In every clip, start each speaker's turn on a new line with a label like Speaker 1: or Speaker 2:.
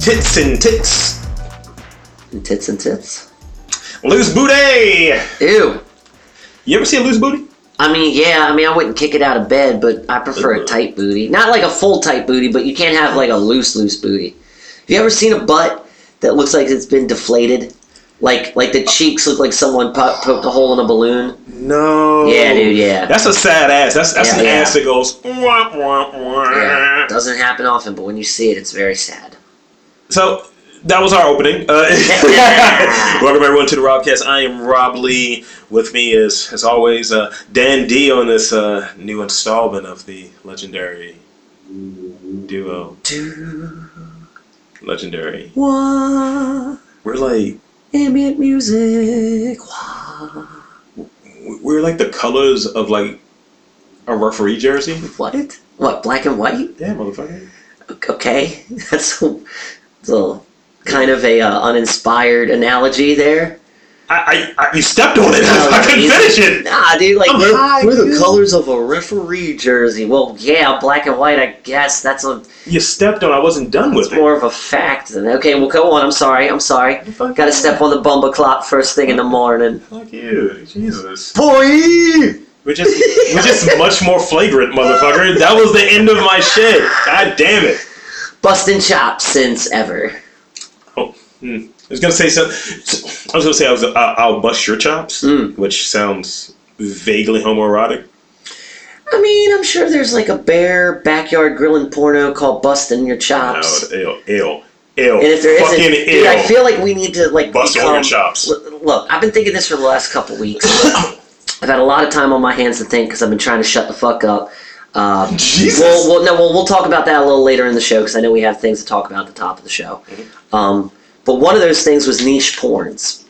Speaker 1: Tits and tits.
Speaker 2: And tits and tits.
Speaker 1: Loose booty.
Speaker 2: Ew.
Speaker 1: You ever see a loose booty?
Speaker 2: I mean, yeah, I mean, I wouldn't kick it out of bed, but I prefer a tight booty. Not like a full tight booty, but you can't have like a loose, loose booty. Have you ever seen a butt that looks like it's been deflated? Like, like the cheeks look like someone po- poked a hole in a balloon.
Speaker 1: No.
Speaker 2: Yeah, dude, yeah.
Speaker 1: That's a sad ass. That's that's
Speaker 2: Yeah,
Speaker 1: an
Speaker 2: yeah.
Speaker 1: ass that goes. Wah, wah, wah.
Speaker 2: Yeah, doesn't happen often, but when you see it, it's very sad.
Speaker 1: So that was our opening. Uh, welcome everyone to the Robcast. I am Rob Lee. With me is, as always, uh, Dan D on this uh, new installment of the legendary duo.
Speaker 2: Two,
Speaker 1: Legendary.
Speaker 2: one,
Speaker 1: We're like
Speaker 2: ambient music. Wah.
Speaker 1: we're like the colors of like a referee jersey.
Speaker 2: What? What? Black and white?
Speaker 1: Yeah, motherfucker.
Speaker 2: Okay, that's a, that's a kind of a uh, uninspired analogy there.
Speaker 1: I, I, I you stepped on it.
Speaker 2: Oh,
Speaker 1: I couldn't finish
Speaker 2: Jesus.
Speaker 1: it.
Speaker 2: Nah, dude, like
Speaker 1: Oh,
Speaker 2: we're,
Speaker 1: hi,
Speaker 2: we're the
Speaker 1: dude.
Speaker 2: colors of a referee jersey. Well, yeah, black and white. I guess that's a
Speaker 1: You stepped on. it. I wasn't done with
Speaker 2: it's more of a fact than okay. Well, go on. I'm sorry. I'm sorry.
Speaker 1: it. Fuck
Speaker 2: Got to
Speaker 1: you.
Speaker 2: step on the bumper clock first thing in the morning.
Speaker 1: Fuck you, Jesus.
Speaker 2: Boy.
Speaker 1: We're just we're just much more flagrant, motherfucker. That was the end of my shit. God damn it.
Speaker 2: busting chops since ever.
Speaker 1: Oh, hmm. I was gonna say some. I was gonna say I was. I'll, I'll bust your chops,
Speaker 2: Mm.
Speaker 1: which sounds vaguely homoerotic.
Speaker 2: I mean, I'm sure there's like a bare backyard grilling porno called Busting Your
Speaker 1: No,
Speaker 2: Chops.
Speaker 1: ill, ill, ill.
Speaker 2: and if there isn't,
Speaker 1: fucking
Speaker 2: dude,
Speaker 1: ill.
Speaker 2: I feel like we need to like
Speaker 1: bust on your
Speaker 2: become-
Speaker 1: chops.
Speaker 2: Look, look, I've been thinking this for the last couple weeks. I've had a lot of time on my hands to think because I've been trying to shut the fuck up. Um,
Speaker 1: Jesus.
Speaker 2: We'll, we'll, no, we'll, we'll talk about that a little later in the show because I know we have things to talk about at the top of the show.
Speaker 1: Mm-hmm.
Speaker 2: Um, but one of those things was niche porns.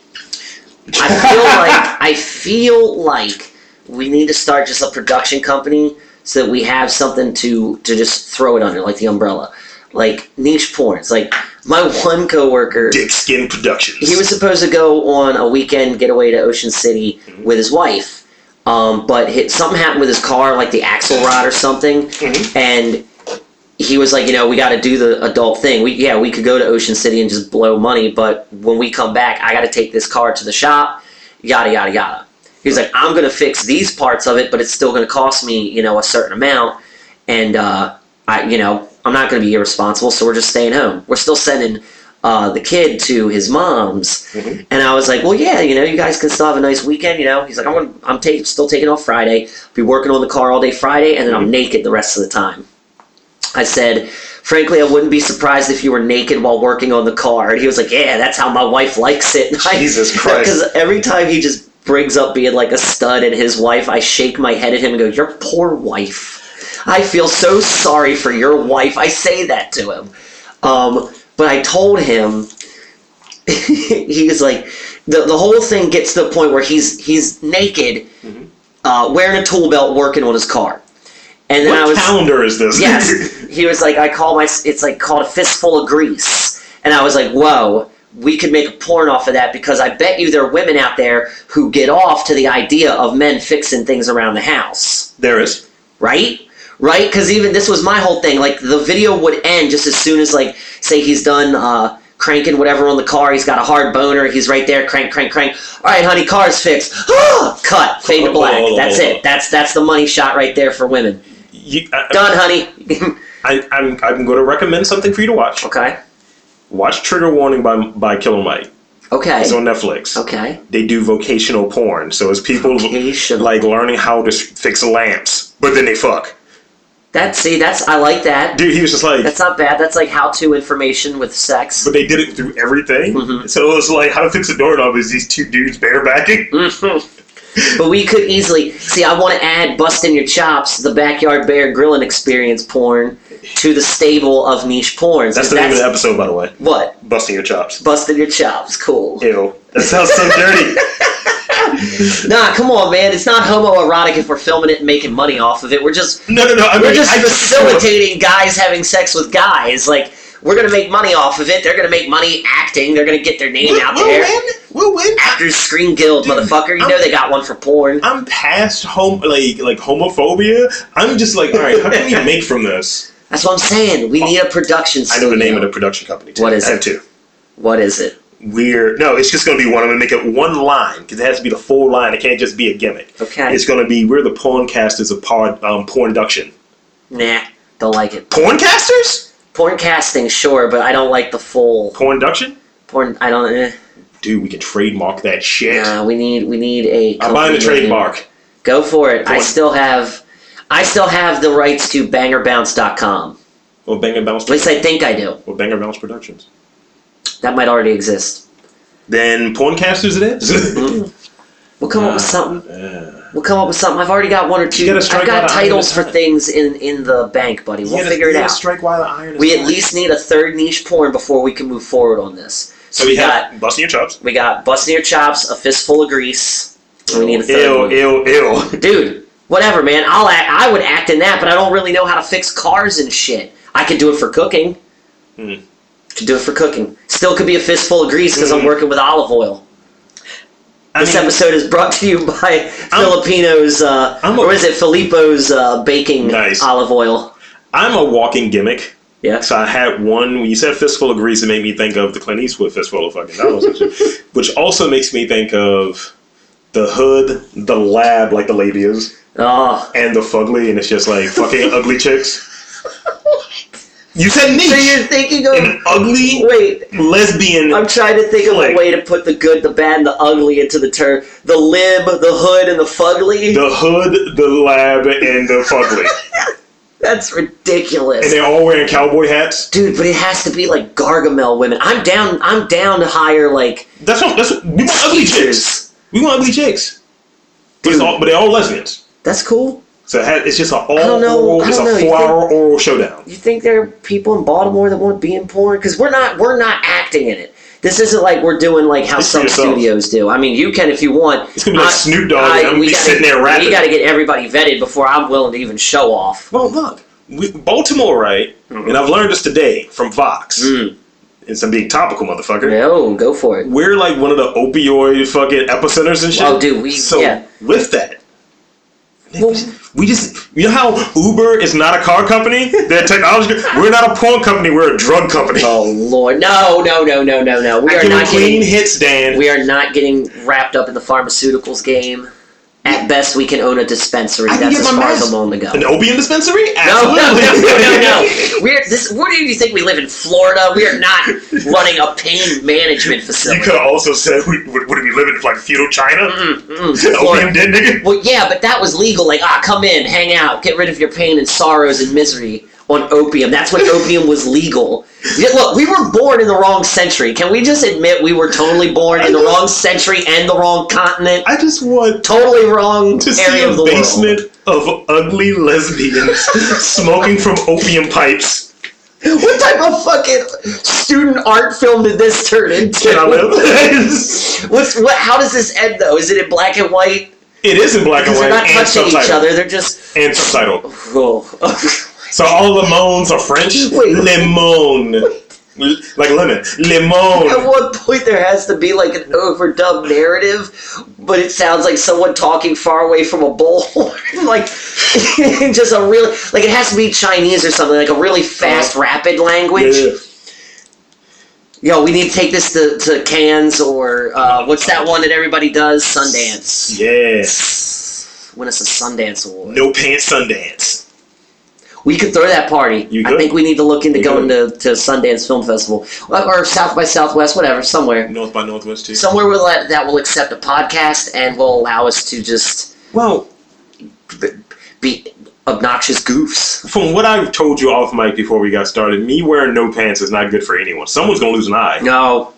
Speaker 2: I feel like I feel like we need to start just a production company so that we have something to to just throw it under, like the umbrella, like niche porns. Like my one coworker
Speaker 1: Dick Skin Productions.
Speaker 2: he was supposed to go on a weekend getaway to Ocean City with his wife, um, but hit, something happened with his car, like the axle rod or something,
Speaker 1: Mhm.
Speaker 2: and he was like, you know, we got to do the adult thing. We yeah, we could go to Ocean City and just blow money, but when we come back, I got to take this car to the shop, yada yada yada. He's like, I'm gonna fix these parts of it, but it's still gonna cost me, you know, a certain amount, and uh, I, you know, I'm not gonna be irresponsible, so we're just staying home. We're still sending uh, the kid to his mom's,
Speaker 1: Mhm.
Speaker 2: and I was like, well, yeah, you know, you guys can still have a nice weekend, you know. He's like, I'm gonna, I'm ta- still taking off Friday, be working on the car all day Friday, and then I'm naked the rest of the time. I said, frankly, I wouldn't be surprised if you were naked while working on the car. And he was like, yeah, that's how my wife likes it. And I-
Speaker 1: Jesus Christ.
Speaker 2: Because every time he just brings up being like a stud and his wife, I shake my head at him and go, your poor wife. I feel so sorry for your wife. I say that to him. Um, but I told him he was like the the whole thing gets to the point where he's he's naked,
Speaker 1: Mm-hmm.
Speaker 2: uh, wearing a tool belt, working on his car, and then
Speaker 1: What
Speaker 2: I was
Speaker 1: calendar is this?
Speaker 2: yes, he was like I call my it's like called a fistful of grease, and I was like whoa. We could make a porn off of that because I bet you there are women out there who get off to the idea of men fixing things around the house
Speaker 1: there is.
Speaker 2: right? Right? Because even this was my whole thing. Like the video would end just as soon as like say he's done uh, cranking whatever on the car. He's got a hard boner. He's right there, crank, crank, crank. All right, honey, car's fixed. Ah! Cut, fade to black.
Speaker 1: Hold on,
Speaker 2: that's
Speaker 1: hold on.
Speaker 2: it. That's that's the money shot right there for women.
Speaker 1: You, I,
Speaker 2: Done, honey.
Speaker 1: I, I'm I'm going to recommend something for you to watch.
Speaker 2: okay.
Speaker 1: Watch Trigger Warning by by Killer Mike. It's
Speaker 2: Okay.
Speaker 1: on Netflix.
Speaker 2: Okay.
Speaker 1: They do vocational porn, so it's people
Speaker 2: Vocational.
Speaker 1: like learning how to s- fix lamps, but then they fuck.
Speaker 2: That see, that's I like that.
Speaker 1: Dude, he was just like,
Speaker 2: That's not bad. That's like how-to information with sex.
Speaker 1: but they did it through everything.
Speaker 2: Mm-hmm.
Speaker 1: So it was like, how to fix a doorknob is these two dudes barebacking.
Speaker 2: Mm, But we could easily see. I want to add busting your chops, the backyard bear grilling experience porn, to the stable of niche porns.
Speaker 1: That's the name of the episode, by the way.
Speaker 2: What
Speaker 1: Busting your chops.
Speaker 2: busting your chops? Cool.
Speaker 1: Ew, that sounds so dirty.
Speaker 2: Nah, come on, man. It's not homoerotic if we're filming it and making money off of it. We're just
Speaker 1: No, no, no. I
Speaker 2: we're
Speaker 1: mean,
Speaker 2: just
Speaker 1: I
Speaker 2: facilitating guys having sex with guys. Like we're gonna make money off of it. They're gonna make money acting. They're gonna get their name
Speaker 1: We'll,
Speaker 2: out
Speaker 1: we'll
Speaker 2: there.
Speaker 1: win. We'll win.
Speaker 2: Actors Screen Guild,
Speaker 1: Dude,
Speaker 2: motherfucker. You
Speaker 1: I'm-
Speaker 2: know they got one for porn.
Speaker 1: I'm past home, like like homophobia. I'm just like, all right, how can we make from this?
Speaker 2: That's what I'm saying. We need a production
Speaker 1: I
Speaker 2: studio.
Speaker 1: know the name of the production company. Too.
Speaker 2: What is
Speaker 1: I have
Speaker 2: it?
Speaker 1: two.
Speaker 2: What is it?
Speaker 1: We're no, it's just going to be one. I'm going to make it one line because it has to be the full line. It can't just be a gimmick.
Speaker 2: Okay.
Speaker 1: It's going to be we're the porncasters of pod, um, pornduction.
Speaker 2: nah, don't like it.
Speaker 1: Porncasters?
Speaker 2: Porn casting, sure, but I don't like the full
Speaker 1: Pornduction?
Speaker 2: porn. I don't. Eh.
Speaker 1: Dude, we can trademark that shit.
Speaker 2: Nah, we need we need a.
Speaker 1: I'm buying the
Speaker 2: company name.
Speaker 1: trademark.
Speaker 2: Go for it. I
Speaker 1: Porn.
Speaker 2: still have, I still have the rights to bangerbounce.com.
Speaker 1: Or Banger Bounce.
Speaker 2: At least I think I do.
Speaker 1: Or Banger Bounce Productions.
Speaker 2: That might already exist.
Speaker 1: Then porncasters it is.
Speaker 2: Mm. We'll come up with something.
Speaker 1: Yeah.
Speaker 2: We'll come up with something. I've already got one or two.
Speaker 1: gotta
Speaker 2: I've
Speaker 1: strike out
Speaker 2: got
Speaker 1: an
Speaker 2: titles for
Speaker 1: iron at a time.
Speaker 2: things in in the bank, buddy. We'll
Speaker 1: You gotta-
Speaker 2: figure
Speaker 1: you
Speaker 2: it
Speaker 1: gotta
Speaker 2: out.
Speaker 1: Strike while the iron is
Speaker 2: We at
Speaker 1: hot.
Speaker 2: least need a third niche porn before we can move forward on this. So
Speaker 1: So we
Speaker 2: we got
Speaker 1: have busting your chops.
Speaker 2: we got busting your chops, a fistful of grease. and We need a third.
Speaker 1: Ew, ew,
Speaker 2: one.
Speaker 1: ew.
Speaker 2: Dude, whatever, man. I'll act, I would act in that, but I don't really know how to fix cars and shit. I could do it for cooking.
Speaker 1: Hmm.
Speaker 2: Could do it for cooking. Still could be a fistful of grease because I'm
Speaker 1: Mhm.
Speaker 2: working with olive oil.
Speaker 1: I
Speaker 2: This
Speaker 1: mean,
Speaker 2: episode is brought to you by
Speaker 1: I'm-
Speaker 2: Filipinos, uh,
Speaker 1: I'm a-
Speaker 2: or is it Filippo's uh, baking
Speaker 1: Nice.
Speaker 2: olive oil?
Speaker 1: I'm a walking gimmick.
Speaker 2: Yeah.
Speaker 1: So I had one. When you said fistful of grease, it made me think of the Clint Eastwood fistful of fucking dollars, and shit. which also makes me think of the hood, the lab, like the labias,
Speaker 2: Oh.
Speaker 1: and the fugly, and it's just like fucking ugly chicks. You said
Speaker 2: So
Speaker 1: niche,
Speaker 2: you're thinking of.
Speaker 1: an ugly
Speaker 2: Wait,
Speaker 1: lesbian.
Speaker 2: I'm trying to think of a
Speaker 1: Like-
Speaker 2: way to put the good, the bad, and the ugly into the term. The lib, the hood, and the fugly.
Speaker 1: the hood, the lab, and the fugly,
Speaker 2: That's ridiculous.
Speaker 1: and they're all wearing cowboy hats.
Speaker 2: Dude, but it has to be like Gargamel women. I'm down. I'm down to hire like
Speaker 1: That's what. That's what, we want ugly chicks.
Speaker 2: teachers.
Speaker 1: We want ugly chicks. But, it's
Speaker 2: Dude.
Speaker 1: all, but they're all lesbians.
Speaker 2: That's cool.
Speaker 1: So it has, it's just an all
Speaker 2: don't know-
Speaker 1: oral,
Speaker 2: I
Speaker 1: it's
Speaker 2: don't know,
Speaker 1: a
Speaker 2: you think-
Speaker 1: four hour oral showdown.
Speaker 2: You think there are people in Baltimore that want to be in porn? Because we're not. We're not acting in it. This isn't like we're doing like how
Speaker 1: It's for
Speaker 2: some
Speaker 1: yourself.
Speaker 2: studios do. I mean, you can if you want.
Speaker 1: It's gonna be like
Speaker 2: I-
Speaker 1: Snoop Dogg. and I'm gonna
Speaker 2: we
Speaker 1: be
Speaker 2: gotta-
Speaker 1: sitting there rapping.
Speaker 2: We got to get everybody vetted before I'm willing to even show off.
Speaker 1: well, look, we, Baltimore, right? And I've learned this today from Vox.
Speaker 2: Mm-hmm. Mm.
Speaker 1: It's a big topical, motherfucker.
Speaker 2: No, go for it.
Speaker 1: We're like one of the opioid fucking epicenters and shit.
Speaker 2: Oh, dude, we-
Speaker 1: so
Speaker 2: yeah.
Speaker 1: with that.
Speaker 2: Well-
Speaker 1: we just, you know how Uber is not a car company? They're a technology. We're not a porn company. We're a drug company.
Speaker 2: Oh Lord, no, no, no, no, no, no. We
Speaker 1: I
Speaker 2: are
Speaker 1: give a
Speaker 2: not
Speaker 1: clean
Speaker 2: getting.
Speaker 1: hits, Dan.
Speaker 2: We are not getting wrapped up in the pharmaceuticals game. At best, we can own a dispensary.
Speaker 1: I can
Speaker 2: That's
Speaker 1: get
Speaker 2: as
Speaker 1: my
Speaker 2: far as
Speaker 1: meds.
Speaker 2: I'm willing to go.
Speaker 1: An opium dispensary?
Speaker 2: No, no,
Speaker 1: Absolutely.
Speaker 2: no, no, no, no. We're this. Where do you think we live in Florida? We are not running a pain management
Speaker 1: You could
Speaker 2: facility.
Speaker 1: have also said, would, would, would we live in like feudal China?
Speaker 2: Mm, mm,
Speaker 1: Opium
Speaker 2: Florida.
Speaker 1: den, nigga?
Speaker 2: Well, yeah, but that was legal. Like, ah, come in, hang out, get rid of your pain and sorrows and misery on opium. That's when opium was legal. Yeah, look, we were born in the wrong century. Can we just admit we were totally born in the wrong century and the wrong continent?
Speaker 1: I just want
Speaker 2: Totally wrong
Speaker 1: to see
Speaker 2: area
Speaker 1: a
Speaker 2: of the world.
Speaker 1: basement of ugly lesbians smoking from opium pipes.
Speaker 2: What type of fucking student art film did this turn into?
Speaker 1: Can I live?
Speaker 2: What's what? How does this end though? Is it in black and white?
Speaker 1: it is in black and
Speaker 2: Because they're
Speaker 1: white
Speaker 2: not
Speaker 1: and
Speaker 2: touching each
Speaker 1: subtitled.
Speaker 2: other. They're just.
Speaker 1: And subtitled.
Speaker 2: Oh.
Speaker 1: So all the moans are French.
Speaker 2: Wait.
Speaker 1: Lemon. L- Like lemon.
Speaker 2: At
Speaker 1: Lemon.
Speaker 2: one point, there has to be like an overdub narrative, but it sounds like someone talking far away from a bullhorn, like just a really like it has to be Chinese or something, like a really fast, rapid language.
Speaker 1: Uh-huh. Yeah.
Speaker 2: Yo, we need to take this to, to Cannes or uh, what's that one that everybody does? Sundance.
Speaker 1: Yeah.
Speaker 2: Win us a Sundance award.
Speaker 1: No pants Sundance.
Speaker 2: We could throw that party.
Speaker 1: You
Speaker 2: I
Speaker 1: could.
Speaker 2: think we need to look into
Speaker 1: You
Speaker 2: going to, to Sundance Film Festival Uh, or South by Southwest, whatever, somewhere.
Speaker 1: North by Northwest too.
Speaker 2: Somewhere will that, that will accept a podcast and will allow us to just
Speaker 1: well,
Speaker 2: be obnoxious goofs.
Speaker 1: From what I've told you off mic before we got started, me wearing no pants is not good for anyone. Someone's gonna lose an eye.
Speaker 2: No,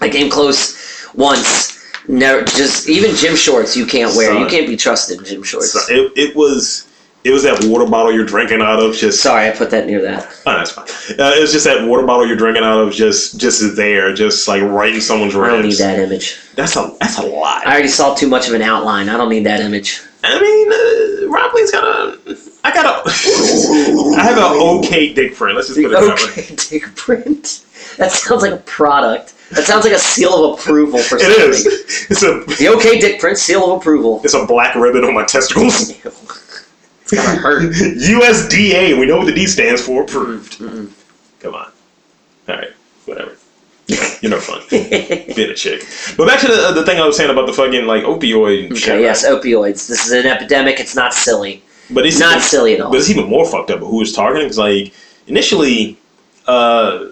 Speaker 2: I came close once. Never, just even gym shorts you can't wear. You
Speaker 1: Son.
Speaker 2: can't be trusted in gym shorts.
Speaker 1: So it, it was it was that water bottle you're drinking out of. Just
Speaker 2: Sorry, I put that near that.
Speaker 1: oh, that's fine. Uh, it was just that water bottle you're drinking out of. Just just there, just like right in someone's
Speaker 2: I don't need
Speaker 1: ribs.
Speaker 2: that image.
Speaker 1: That's a that's a lot. I,
Speaker 2: I already saw too much of an outline. I don't need that image.
Speaker 1: mean, uh, Robley's got a. I got a. I have an okay dick friend. Let's just put it that way.
Speaker 2: Okay, dick print. That sounds like a product. That sounds like a seal of approval for something.
Speaker 1: It is. It's a
Speaker 2: The OK Dick Print seal of approval.
Speaker 1: it's a black ribbon on my testicles.
Speaker 2: It's gonna hurt.
Speaker 1: USDA. We know what the D stands for. Approved.
Speaker 2: Mm-hmm.
Speaker 1: Come on. All right. Whatever. You're no fun. Being a chick. But back to the, the thing I was saying about the fucking like opioid. shit,
Speaker 2: Okay,
Speaker 1: right?
Speaker 2: yes, opioids. This is an epidemic. It's not silly.
Speaker 1: But it's
Speaker 2: Not silly at all.
Speaker 1: But it's even more fucked up. Who it's targeting? Because like initially, uh,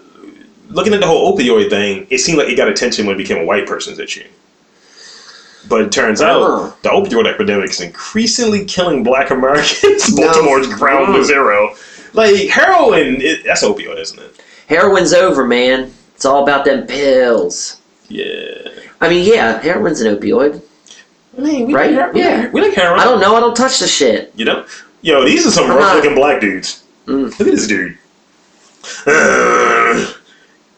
Speaker 1: looking at the whole opioid thing, it seemed like it got attention when it became a white person's issue. But it turns
Speaker 2: Uh-huh.
Speaker 1: out the opioid epidemic is increasingly killing Black Americans.
Speaker 2: No.
Speaker 1: Baltimore's ground
Speaker 2: Mm.
Speaker 1: zero. Like heroin, it, that's opioid, isn't it?
Speaker 2: Heroin's over, man. It's all about them pills.
Speaker 1: Yeah.
Speaker 2: I mean, yeah, heroin's an opioid.
Speaker 1: I mean, we
Speaker 2: Right?
Speaker 1: Like, her- we like-
Speaker 2: Yeah.
Speaker 1: we like heroin.
Speaker 2: I don't know. I don't touch the shit.
Speaker 1: You know? Yo, these are some
Speaker 2: I'm
Speaker 1: rough
Speaker 2: not-
Speaker 1: looking black dudes.
Speaker 2: Uh-huh. Mm.
Speaker 1: Look at this dude. Uh,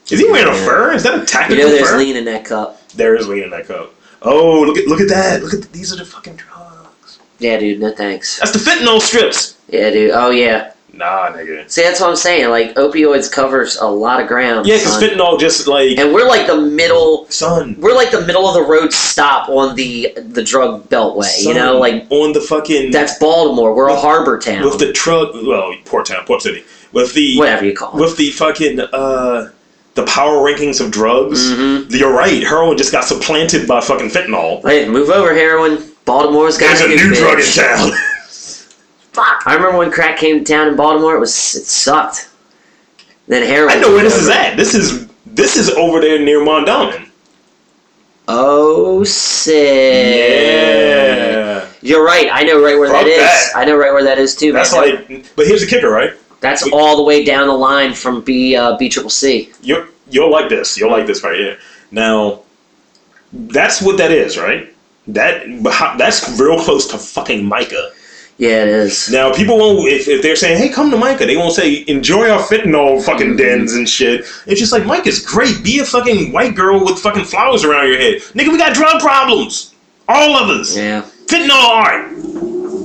Speaker 1: is he wearing a fur? Is that a
Speaker 2: You
Speaker 1: tactical
Speaker 2: know, there's
Speaker 1: fur?
Speaker 2: lean in that cup.
Speaker 1: there is lean in that cup. Oh, look at look at that. Look at these are the fucking drugs.
Speaker 2: Yeah, dude. No thanks.
Speaker 1: That's the fentanyl strips.
Speaker 2: Yeah, dude. Oh yeah.
Speaker 1: Nah, nigga.
Speaker 2: See, that's what I'm saying. Like opioids covers a lot of ground.
Speaker 1: Yeah, because
Speaker 2: son.
Speaker 1: fentanyl just like
Speaker 2: and we're like the middle.
Speaker 1: son.
Speaker 2: We're like the middle of the road stop on the the drug beltway. you
Speaker 1: son,
Speaker 2: know, like
Speaker 1: on the fucking
Speaker 2: that's Baltimore. We're a harbor town.
Speaker 1: with the truck. Well, Port Town, Port City. With the
Speaker 2: whatever you call it.
Speaker 1: with the fucking uh the power rankings of drugs.
Speaker 2: Mm-hmm.
Speaker 1: You're right. Heroin just got supplanted by fucking fentanyl.
Speaker 2: Hey, move over, heroin. Baltimore's got
Speaker 1: There's a new
Speaker 2: bitch.
Speaker 1: drug in town.
Speaker 2: Fuck. I remember when crack came to town in Baltimore. It was it sucked. Then heroin.
Speaker 1: I know where this
Speaker 2: was
Speaker 1: is
Speaker 2: over.
Speaker 1: at. This is this is over there near Mondomin.
Speaker 2: Oh sick.
Speaker 1: Yeah.
Speaker 2: You're right. I know right where
Speaker 1: Fuck
Speaker 2: that is.
Speaker 1: that.
Speaker 2: I know right where that is too.
Speaker 1: That's
Speaker 2: man.
Speaker 1: like but here's the kicker, right?
Speaker 2: That's all the way down the line from B uh, B triple C.
Speaker 1: You you'll like this. You'll like this right here. Now that's what that is, right? That that's real close to fucking Micah.
Speaker 2: Yeah, it is.
Speaker 1: Now people won't if, if they're saying, "Hey, come to Micah," they won't say, "Enjoy our fentanyl fucking dens and shit." It's just like Micah's great. Be a fucking white girl with fucking flowers around your head, nigga. We got drug problems, all of us.
Speaker 2: Yeah.
Speaker 1: Fentanyl art.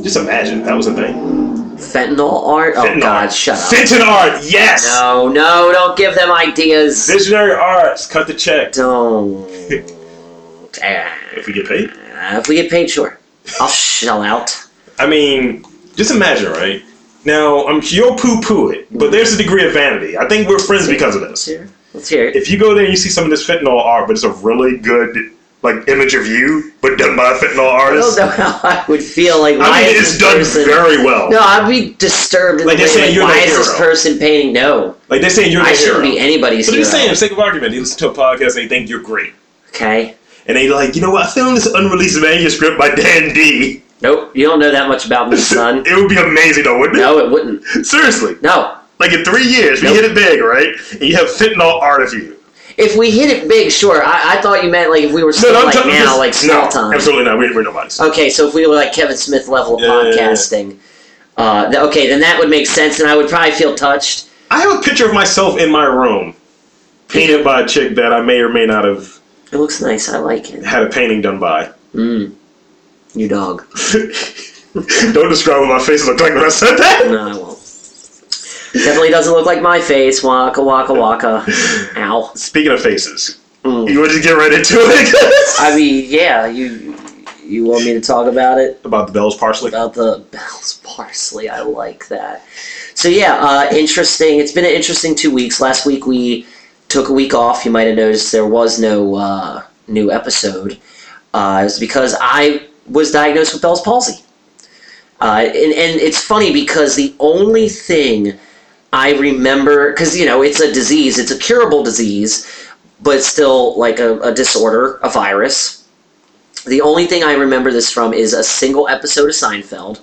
Speaker 1: Just imagine that was a thing.
Speaker 2: Fentanyl art.
Speaker 1: Fentanyl
Speaker 2: Oh God,
Speaker 1: art.
Speaker 2: shut up.
Speaker 1: Fentanyl art. Yes.
Speaker 2: No, no, don't give them ideas.
Speaker 1: Visionary arts. Cut the check.
Speaker 2: Don't. Ah,
Speaker 1: If we get paid.
Speaker 2: if we get paid, sure. I'll shell out.
Speaker 1: I mean, just imagine, right? Now, I'm you'll poo-poo it, but there's a degree of vanity. I think we're friends because of
Speaker 2: Let's
Speaker 1: this.
Speaker 2: hear. it. Let's hear it.
Speaker 1: If you go there and you see some of this fentanyl art, but it's a really good like image of you, but done by a fentanyl
Speaker 2: I
Speaker 1: artist.
Speaker 2: don't know how I would feel like
Speaker 1: I
Speaker 2: why
Speaker 1: mean,
Speaker 2: is
Speaker 1: it's
Speaker 2: this
Speaker 1: done
Speaker 2: person?
Speaker 1: very well.
Speaker 2: No, I'd be disturbed. In
Speaker 1: Like,
Speaker 2: the
Speaker 1: they're
Speaker 2: way,
Speaker 1: saying
Speaker 2: like,
Speaker 1: you're
Speaker 2: why
Speaker 1: the
Speaker 2: is this
Speaker 1: hero.
Speaker 2: person painting? No,
Speaker 1: Like they're saying you're the
Speaker 2: I shouldn't
Speaker 1: hero.
Speaker 2: be anybody's
Speaker 1: so they're
Speaker 2: hero.
Speaker 1: just saying, for sake of argument, you listen to a podcast, they think you're great,
Speaker 2: Okay.
Speaker 1: and they like, you know what? I found this unreleased manuscript by Dan D.
Speaker 2: Nope. You don't know that much about me, son.
Speaker 1: It would be amazing, though, wouldn't it?
Speaker 2: no, it wouldn't.
Speaker 1: Seriously,
Speaker 2: No.
Speaker 1: like in three years, we
Speaker 2: Nope.
Speaker 1: hit it big, right? And you have fentanyl art of you.
Speaker 2: If we hit it big, sure. I, I thought you meant like if we were still
Speaker 1: no, I'm
Speaker 2: like
Speaker 1: talking
Speaker 2: now,
Speaker 1: just-
Speaker 2: like small
Speaker 1: no,
Speaker 2: time. Uh,
Speaker 1: Absolutely not. We're, we're nobody's.
Speaker 2: Okay, so if we were like Kevin Smith level of
Speaker 1: Yeah, yeah, yeah.
Speaker 2: podcasting, Uh, th- okay, then that would make sense, and I would probably feel touched.
Speaker 1: I have a picture of myself in my room, painted by a chick that I may or may not have
Speaker 2: It looks nice. I like it.
Speaker 1: had a painting done by.
Speaker 2: Mm. You dog.
Speaker 1: Don't describe what my face looked like when I said that.
Speaker 2: No, I won't. Definitely doesn't look like my face. Waka waka waka. Ow.
Speaker 1: Speaking of faces,
Speaker 2: Mm.
Speaker 1: you want to get right into it
Speaker 2: I mean, yeah. You you want me to talk about it?
Speaker 1: about the bells parsley?
Speaker 2: about the Bell's Parsley. I like that. So yeah, uh, interesting. It's been an interesting two weeks. Last week we took a week off. You might have noticed there was no uh, new episode. Uh, it was because I was diagnosed with Bell's palsy. Uh, and, and it's funny because the only thing I remember, because, you know, it's a disease, it's a curable disease, but it's still like a, a disorder, a virus. The only thing I remember this from is a single episode of Seinfeld,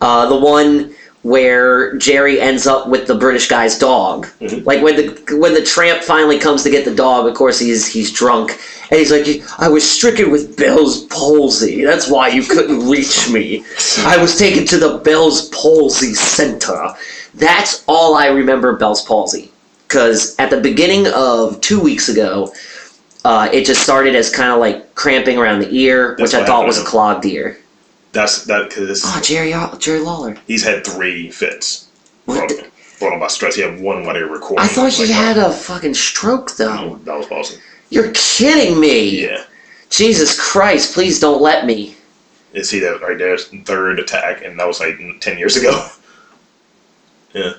Speaker 2: uh, the one where Jerry ends up with the British guy's dog.
Speaker 1: Mhm.
Speaker 2: Like when the when the tramp finally comes to get the dog, of course he's he's drunk and he's like, "I was stricken with Bell's palsy. That's why you couldn't reach me. I was taken to the Bell's palsy center." That's all I remember of Bell's palsy. Because at the beginning of two weeks ago, uh, it just started as kind of like cramping around the ear,
Speaker 1: That's
Speaker 2: which I
Speaker 1: what
Speaker 2: thought
Speaker 1: happened
Speaker 2: was a
Speaker 1: to him.
Speaker 2: clogged ear.
Speaker 1: That's that because
Speaker 2: Oh, Jerry, Jerry Lawler.
Speaker 1: he's had three fits.
Speaker 2: What
Speaker 1: Brought,
Speaker 2: the-
Speaker 1: brought on by stress. He had one while they were recording.
Speaker 2: I thought he
Speaker 1: Like,
Speaker 2: had a fucking stroke, though.
Speaker 1: no, that was palsy.
Speaker 2: You're kidding me.
Speaker 1: Yeah.
Speaker 2: Jesus Christ, please don't let me.
Speaker 1: and see that right there, third attack, and that was like ten years ago. yeah.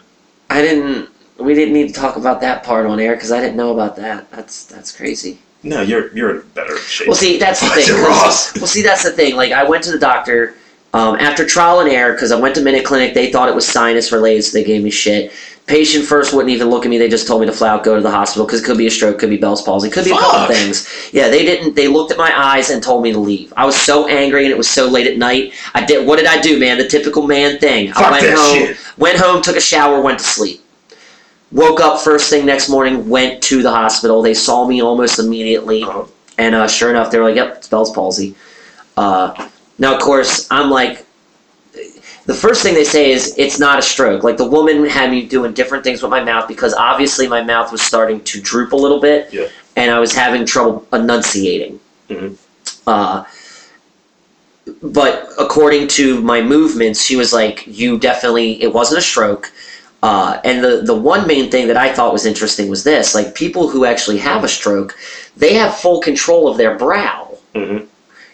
Speaker 2: I didn't. We didn't need to talk about that part on air because I didn't know about that. That's that's crazy.
Speaker 1: No, you're you're in better shape.
Speaker 2: Well, see, that's the thing.
Speaker 1: Than
Speaker 2: 'cause-
Speaker 1: Ross.
Speaker 2: Well, see, that's the thing. Like, I went to the doctor um, after trial and error because I went to Minute Clinic. They thought it was sinus related, so they gave me shit. Patient first wouldn't even look at me. They just told me to flat out go to the hospital because it could be a stroke, could be Bell's palsy, could be a
Speaker 1: Fuck.
Speaker 2: couple things. Yeah, they didn't. They looked at my eyes and told me to leave. I was so angry, and it was so late at night. I did. What did I do, man? The typical man thing. I
Speaker 1: Fuck
Speaker 2: went
Speaker 1: that
Speaker 2: home.
Speaker 1: shit.
Speaker 2: Went home, took a shower, went to sleep. Woke up first thing next morning, went to the hospital. They saw me almost immediately.
Speaker 1: Uh-huh.
Speaker 2: And uh, sure enough, they were like, yep, it's Bell's palsy. Uh, now, of course, I'm like, the first thing they say is it's not a stroke. Like the woman had me doing different things with my mouth because obviously my mouth was starting to droop a little bit,
Speaker 1: Yeah.
Speaker 2: and I was having trouble enunciating.
Speaker 1: Mhm.
Speaker 2: Uh, but according to my movements, she was like, "You definitely it wasn't a stroke." Uh, and the the one main thing that I thought was interesting was this: like people who actually have a stroke, they have full control of their brow
Speaker 1: Mhm.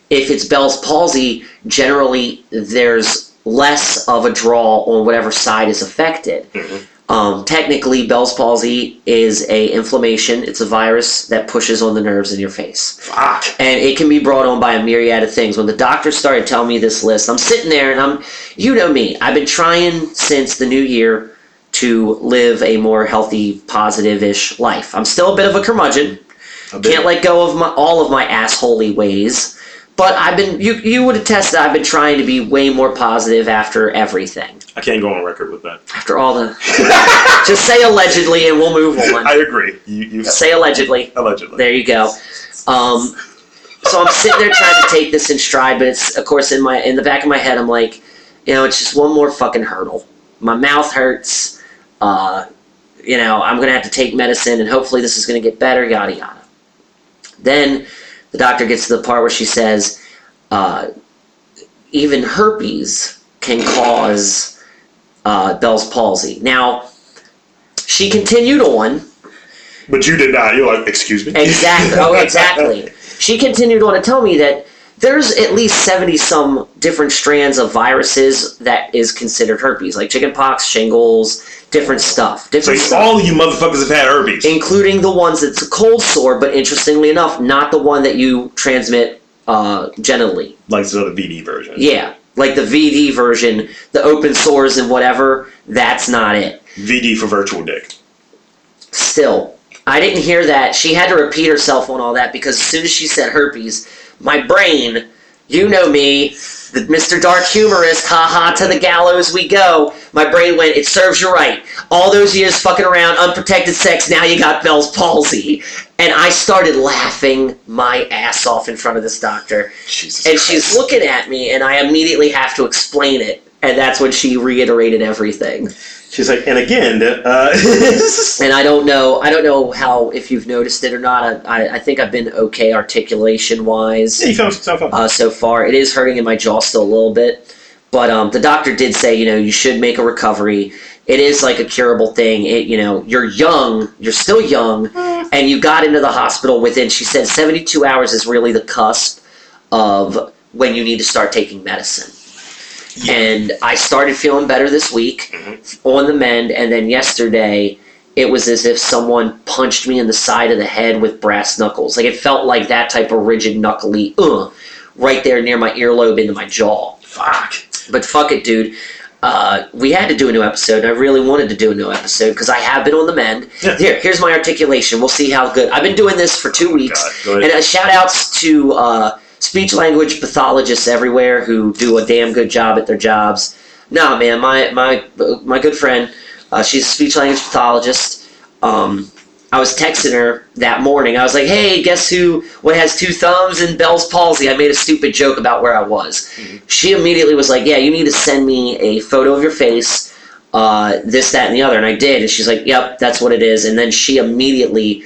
Speaker 2: if it's Bell's palsy, generally there's less of a draw on whatever side is affected.
Speaker 1: Mhm.
Speaker 2: Um, technically, Bell's palsy is a inflammation. It's a virus that pushes on the nerves in your face,
Speaker 1: Fuck.
Speaker 2: and it can be brought on by a myriad of things. When the doctor started telling me this list, I'm sitting there and I'm, you know me, I've been trying since the new year to live a more healthy, positive-ish life. I'm still a bit of a curmudgeon.
Speaker 1: A bit.
Speaker 2: Can't let go of my, all of my assholey ways. But I've been you you would attest that I've been trying to be way more positive after everything.
Speaker 1: I can't go on record with that.
Speaker 2: After all the just say allegedly and we'll move on.
Speaker 1: I agree. You you
Speaker 2: Say allegedly.
Speaker 1: allegedly.
Speaker 2: There you go. Um, so I'm sitting there trying to take this in stride, but it's of course in my in the back of my head I'm like, you know, it's just one more fucking hurdle. My mouth hurts. Uh, you know, I'm gonna have to take medicine, and hopefully this is gonna get better. Yada yada. Then the doctor gets to the part where she says, uh, even herpes can cause uh, Bell's palsy. Now, she continued on.
Speaker 1: But you did not. You're like, excuse me.
Speaker 2: Exactly. Oh, exactly. She continued on to tell me that there's at least 70 some different strands of viruses that is considered herpes, like chickenpox, shingles, different stuff.
Speaker 1: so
Speaker 2: Different
Speaker 1: you-
Speaker 2: stuff.
Speaker 1: all you motherfuckers have had herpes.
Speaker 2: Including the ones that's a cold sore, but interestingly enough, not the one that you transmit uh, genitally.
Speaker 1: like the other VD version.
Speaker 2: Yeah. Like the VD version, the open sores and whatever, that's not it.
Speaker 1: VD for virtual dick.
Speaker 2: still i didn't hear that she had to repeat herself on all that because as soon as she said herpes my brain you know me the mr dark humorist haha to the gallows we go my brain went it serves you right all those years fucking around unprotected sex now you got bell's palsy and i started laughing my ass off in front of this doctor
Speaker 1: Jesus.
Speaker 2: and
Speaker 1: Christ.
Speaker 2: she's looking at me and i immediately have to explain it and that's when she reiterated everything
Speaker 1: She's like, and again, uh,
Speaker 2: and I don't know. I don't know how if you've noticed it or not. I, I, I think I've been okay articulation wise
Speaker 1: you found yourself up.
Speaker 2: uh, so far. It is hurting in my jaw still a little bit, but um, the doctor did say you know you should make a recovery. It is like a curable thing. It you know you're young, you're still young, and you got into the hospital within. She said 72 hours is really the cusp of when you need to start taking medicine.
Speaker 1: Yeah.
Speaker 2: And I started feeling better this week on the mend, and then yesterday it was as if someone punched me in the side of the head with brass knuckles. Like it felt like that type of rigid knuckly, uh, ugh, right there near my earlobe into my jaw.
Speaker 1: Fuck.
Speaker 2: But fuck it, dude. Uh, we had to do a new episode, and I really wanted to do a new episode because I have been on the mend.
Speaker 1: Yeah.
Speaker 2: Here, here's my articulation. We'll see how good. I've been doing this for two weeks.
Speaker 1: God, go ahead.
Speaker 2: And uh, shout outs to uh, speech language pathologists everywhere who do a damn good job at their jobs. Nah, man, my my my good friend, uh, she's a speech language pathologist. Um, I was texting her that morning. I was like, "Hey, guess who? What has two thumbs and Bell's palsy?" I made a stupid joke about where I was. She immediately was like, "Yeah, you need to send me a photo of your face." Uh, this, that, and the other, and I did, and she's like, "Yep, that's what it is." And then she immediately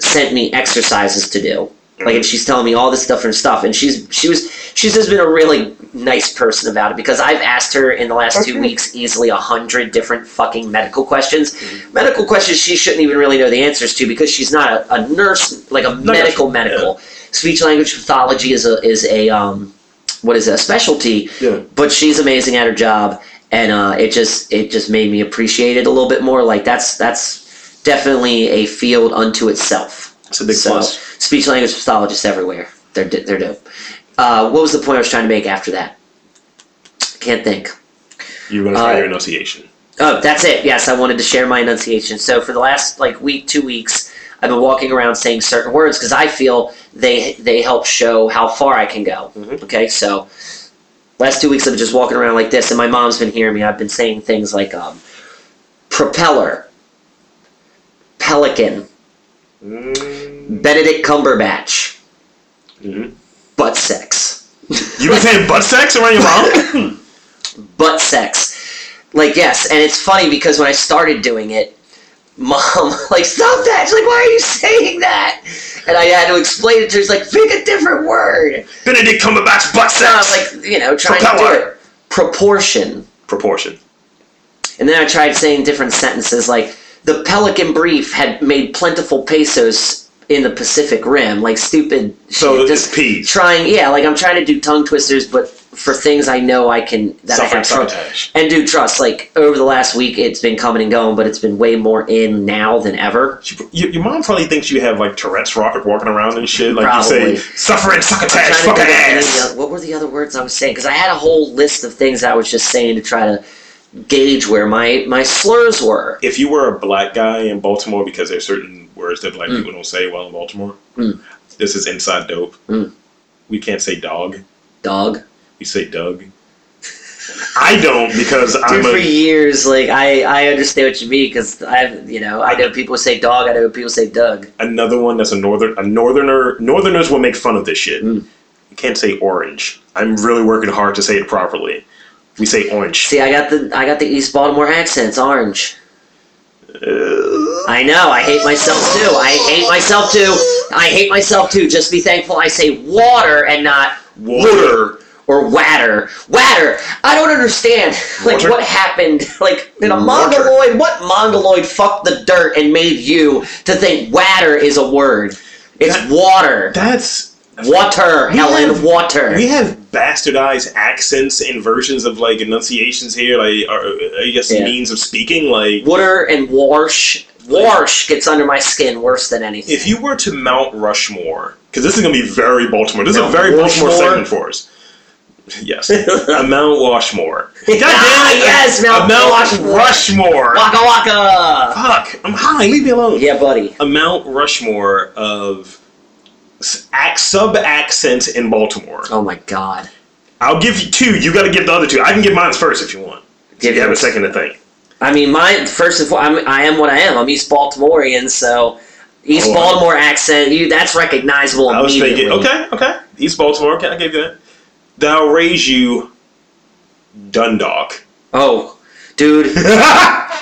Speaker 2: sent me exercises to do. Like, and she's telling me all this different stuff, and she's she was she's just been a really nice person about it because I've asked her in the last two
Speaker 1: Okay.
Speaker 2: weeks easily a hundred different fucking medical questions, medical questions she shouldn't even really know the answers to because she's not a, a nurse, like a
Speaker 1: I got
Speaker 2: medical
Speaker 1: you.
Speaker 2: medical. Speech language pathology is a is a um what is that specialty.
Speaker 1: Yeah.
Speaker 2: But she's amazing at her job, and uh, it just it just made me appreciate it a little bit more. Like that's that's definitely a field unto itself.
Speaker 1: It's a big
Speaker 2: so,
Speaker 1: plus.
Speaker 2: Speech language pathologists everywhere. They're di- they're dope. Uh, what was the point I was trying to make after that? Can't think.
Speaker 1: You're going to try
Speaker 2: Uh,
Speaker 1: your enunciation.
Speaker 2: Oh, that's it. Yes, I wanted to share my enunciation. So for the last like week, two weeks, I've been walking around saying certain words because I feel they they help show how far I can go.
Speaker 1: Mhm.
Speaker 2: Okay, so last two weeks I've been just walking around like this, and my mom's been hearing me. I've been saying things like um, propeller, pelican,
Speaker 1: Mm.
Speaker 2: Benedict Cumberbatch,
Speaker 1: Mhm.
Speaker 2: butt sex,
Speaker 1: You been saying butt sex around your mom?
Speaker 2: butt sex. Like yes, and it's funny because when I started doing it, mom like stop that she's like why are you saying that and i had to explain it to her she's like pick a different word
Speaker 1: Benedict Cumberbatch butt
Speaker 2: so i
Speaker 1: sex.
Speaker 2: was like you know trying to do
Speaker 1: Propeller.
Speaker 2: it proportion
Speaker 1: Proportion.
Speaker 2: and then i tried saying different sentences like the pelican brief had made plentiful pesos in the pacific rim like stupid
Speaker 1: So
Speaker 2: shit,
Speaker 1: it's peas.
Speaker 2: trying yeah like i'm trying to do tongue twisters but for things i know i can that i
Speaker 1: Suffering
Speaker 2: have trouble
Speaker 1: sabotage.
Speaker 2: and dude trust like over the last week it's been coming and going but it's been way more in now than ever
Speaker 1: She, your, your mom probably thinks you have like Tourette's rock, walking around and shit. Like
Speaker 2: Probably.
Speaker 1: you say, suffering
Speaker 2: I'm
Speaker 1: succotash,
Speaker 2: trying to
Speaker 1: fucking
Speaker 2: think of any
Speaker 1: ass.
Speaker 2: other- what were the other words I was saying? Because I had a whole list of things I was just saying to try to gauge where my, my slurs were.
Speaker 1: If you were a black guy in Baltimore, because there's certain words that black people don't say while in Baltimore,
Speaker 2: Mm.
Speaker 1: this is inside dope.
Speaker 2: Mm.
Speaker 1: We can't say dog.
Speaker 2: Dog.
Speaker 1: We say Doug. I don't because
Speaker 2: Dude,
Speaker 1: I'm
Speaker 2: for
Speaker 1: a.
Speaker 2: years, like I, I understand what you mean because I've you know I know people say dog, I know people say Doug.
Speaker 1: another one that's a northern a northerner northerners will make fun of this shit.
Speaker 2: Mm.
Speaker 1: You can't say orange. I'm really working hard to say it properly. We say orange.
Speaker 2: See, I got the I got the East Baltimore accents, orange.
Speaker 1: Uh,
Speaker 2: I know, I hate myself too. I hate myself too. I hate myself too. Just be thankful I say water and not
Speaker 1: water.
Speaker 2: or watter. Watter. I don't understand. Like
Speaker 1: Water?
Speaker 2: what happened? Like in a
Speaker 1: Water.
Speaker 2: mongoloid, what mongoloid fucked the dirt and made you to think watter is a word? It's
Speaker 1: That-
Speaker 2: water.
Speaker 1: That's
Speaker 2: water,
Speaker 1: We
Speaker 2: Helen.
Speaker 1: have-
Speaker 2: water.
Speaker 1: we have bastardized accents and versions of like enunciations here, like or, uh, I guess
Speaker 2: Yeah.
Speaker 1: means of speaking. Like
Speaker 2: Water and warsh. Warsh gets under my skin worse than anything.
Speaker 1: if you were to Mount Rushmore, because this is gonna be very Baltimore. This is
Speaker 2: Mount
Speaker 1: a very Baltimore
Speaker 2: Rushmore?
Speaker 1: segment for us. Yes, a Mount Washmore. God damn it!
Speaker 2: Ah, yes,
Speaker 1: a-
Speaker 2: Mount
Speaker 1: a Mount
Speaker 2: Rushmore.
Speaker 1: Rushmore.
Speaker 2: Waka waka.
Speaker 1: Fuck! I'm high. Leave me alone.
Speaker 2: Yeah, buddy.
Speaker 1: A Mount Rushmore of sub accents in Baltimore.
Speaker 2: Oh my god.
Speaker 1: I'll give you two. You got to give the other two. I can give mine first if you want.
Speaker 2: Give
Speaker 1: If you have a
Speaker 2: yours.
Speaker 1: second to think.
Speaker 2: I mean, my first and foremost, I'm, I am what I am. I'm East Baltimorean, so East
Speaker 1: Oh, I-
Speaker 2: Baltimore accent, you that's recognizable
Speaker 1: I was
Speaker 2: immediately.
Speaker 1: thinking, okay, okay, East Baltimore. Okay, I gave you that. They'll raise you, Dundalk.
Speaker 2: Oh, dude,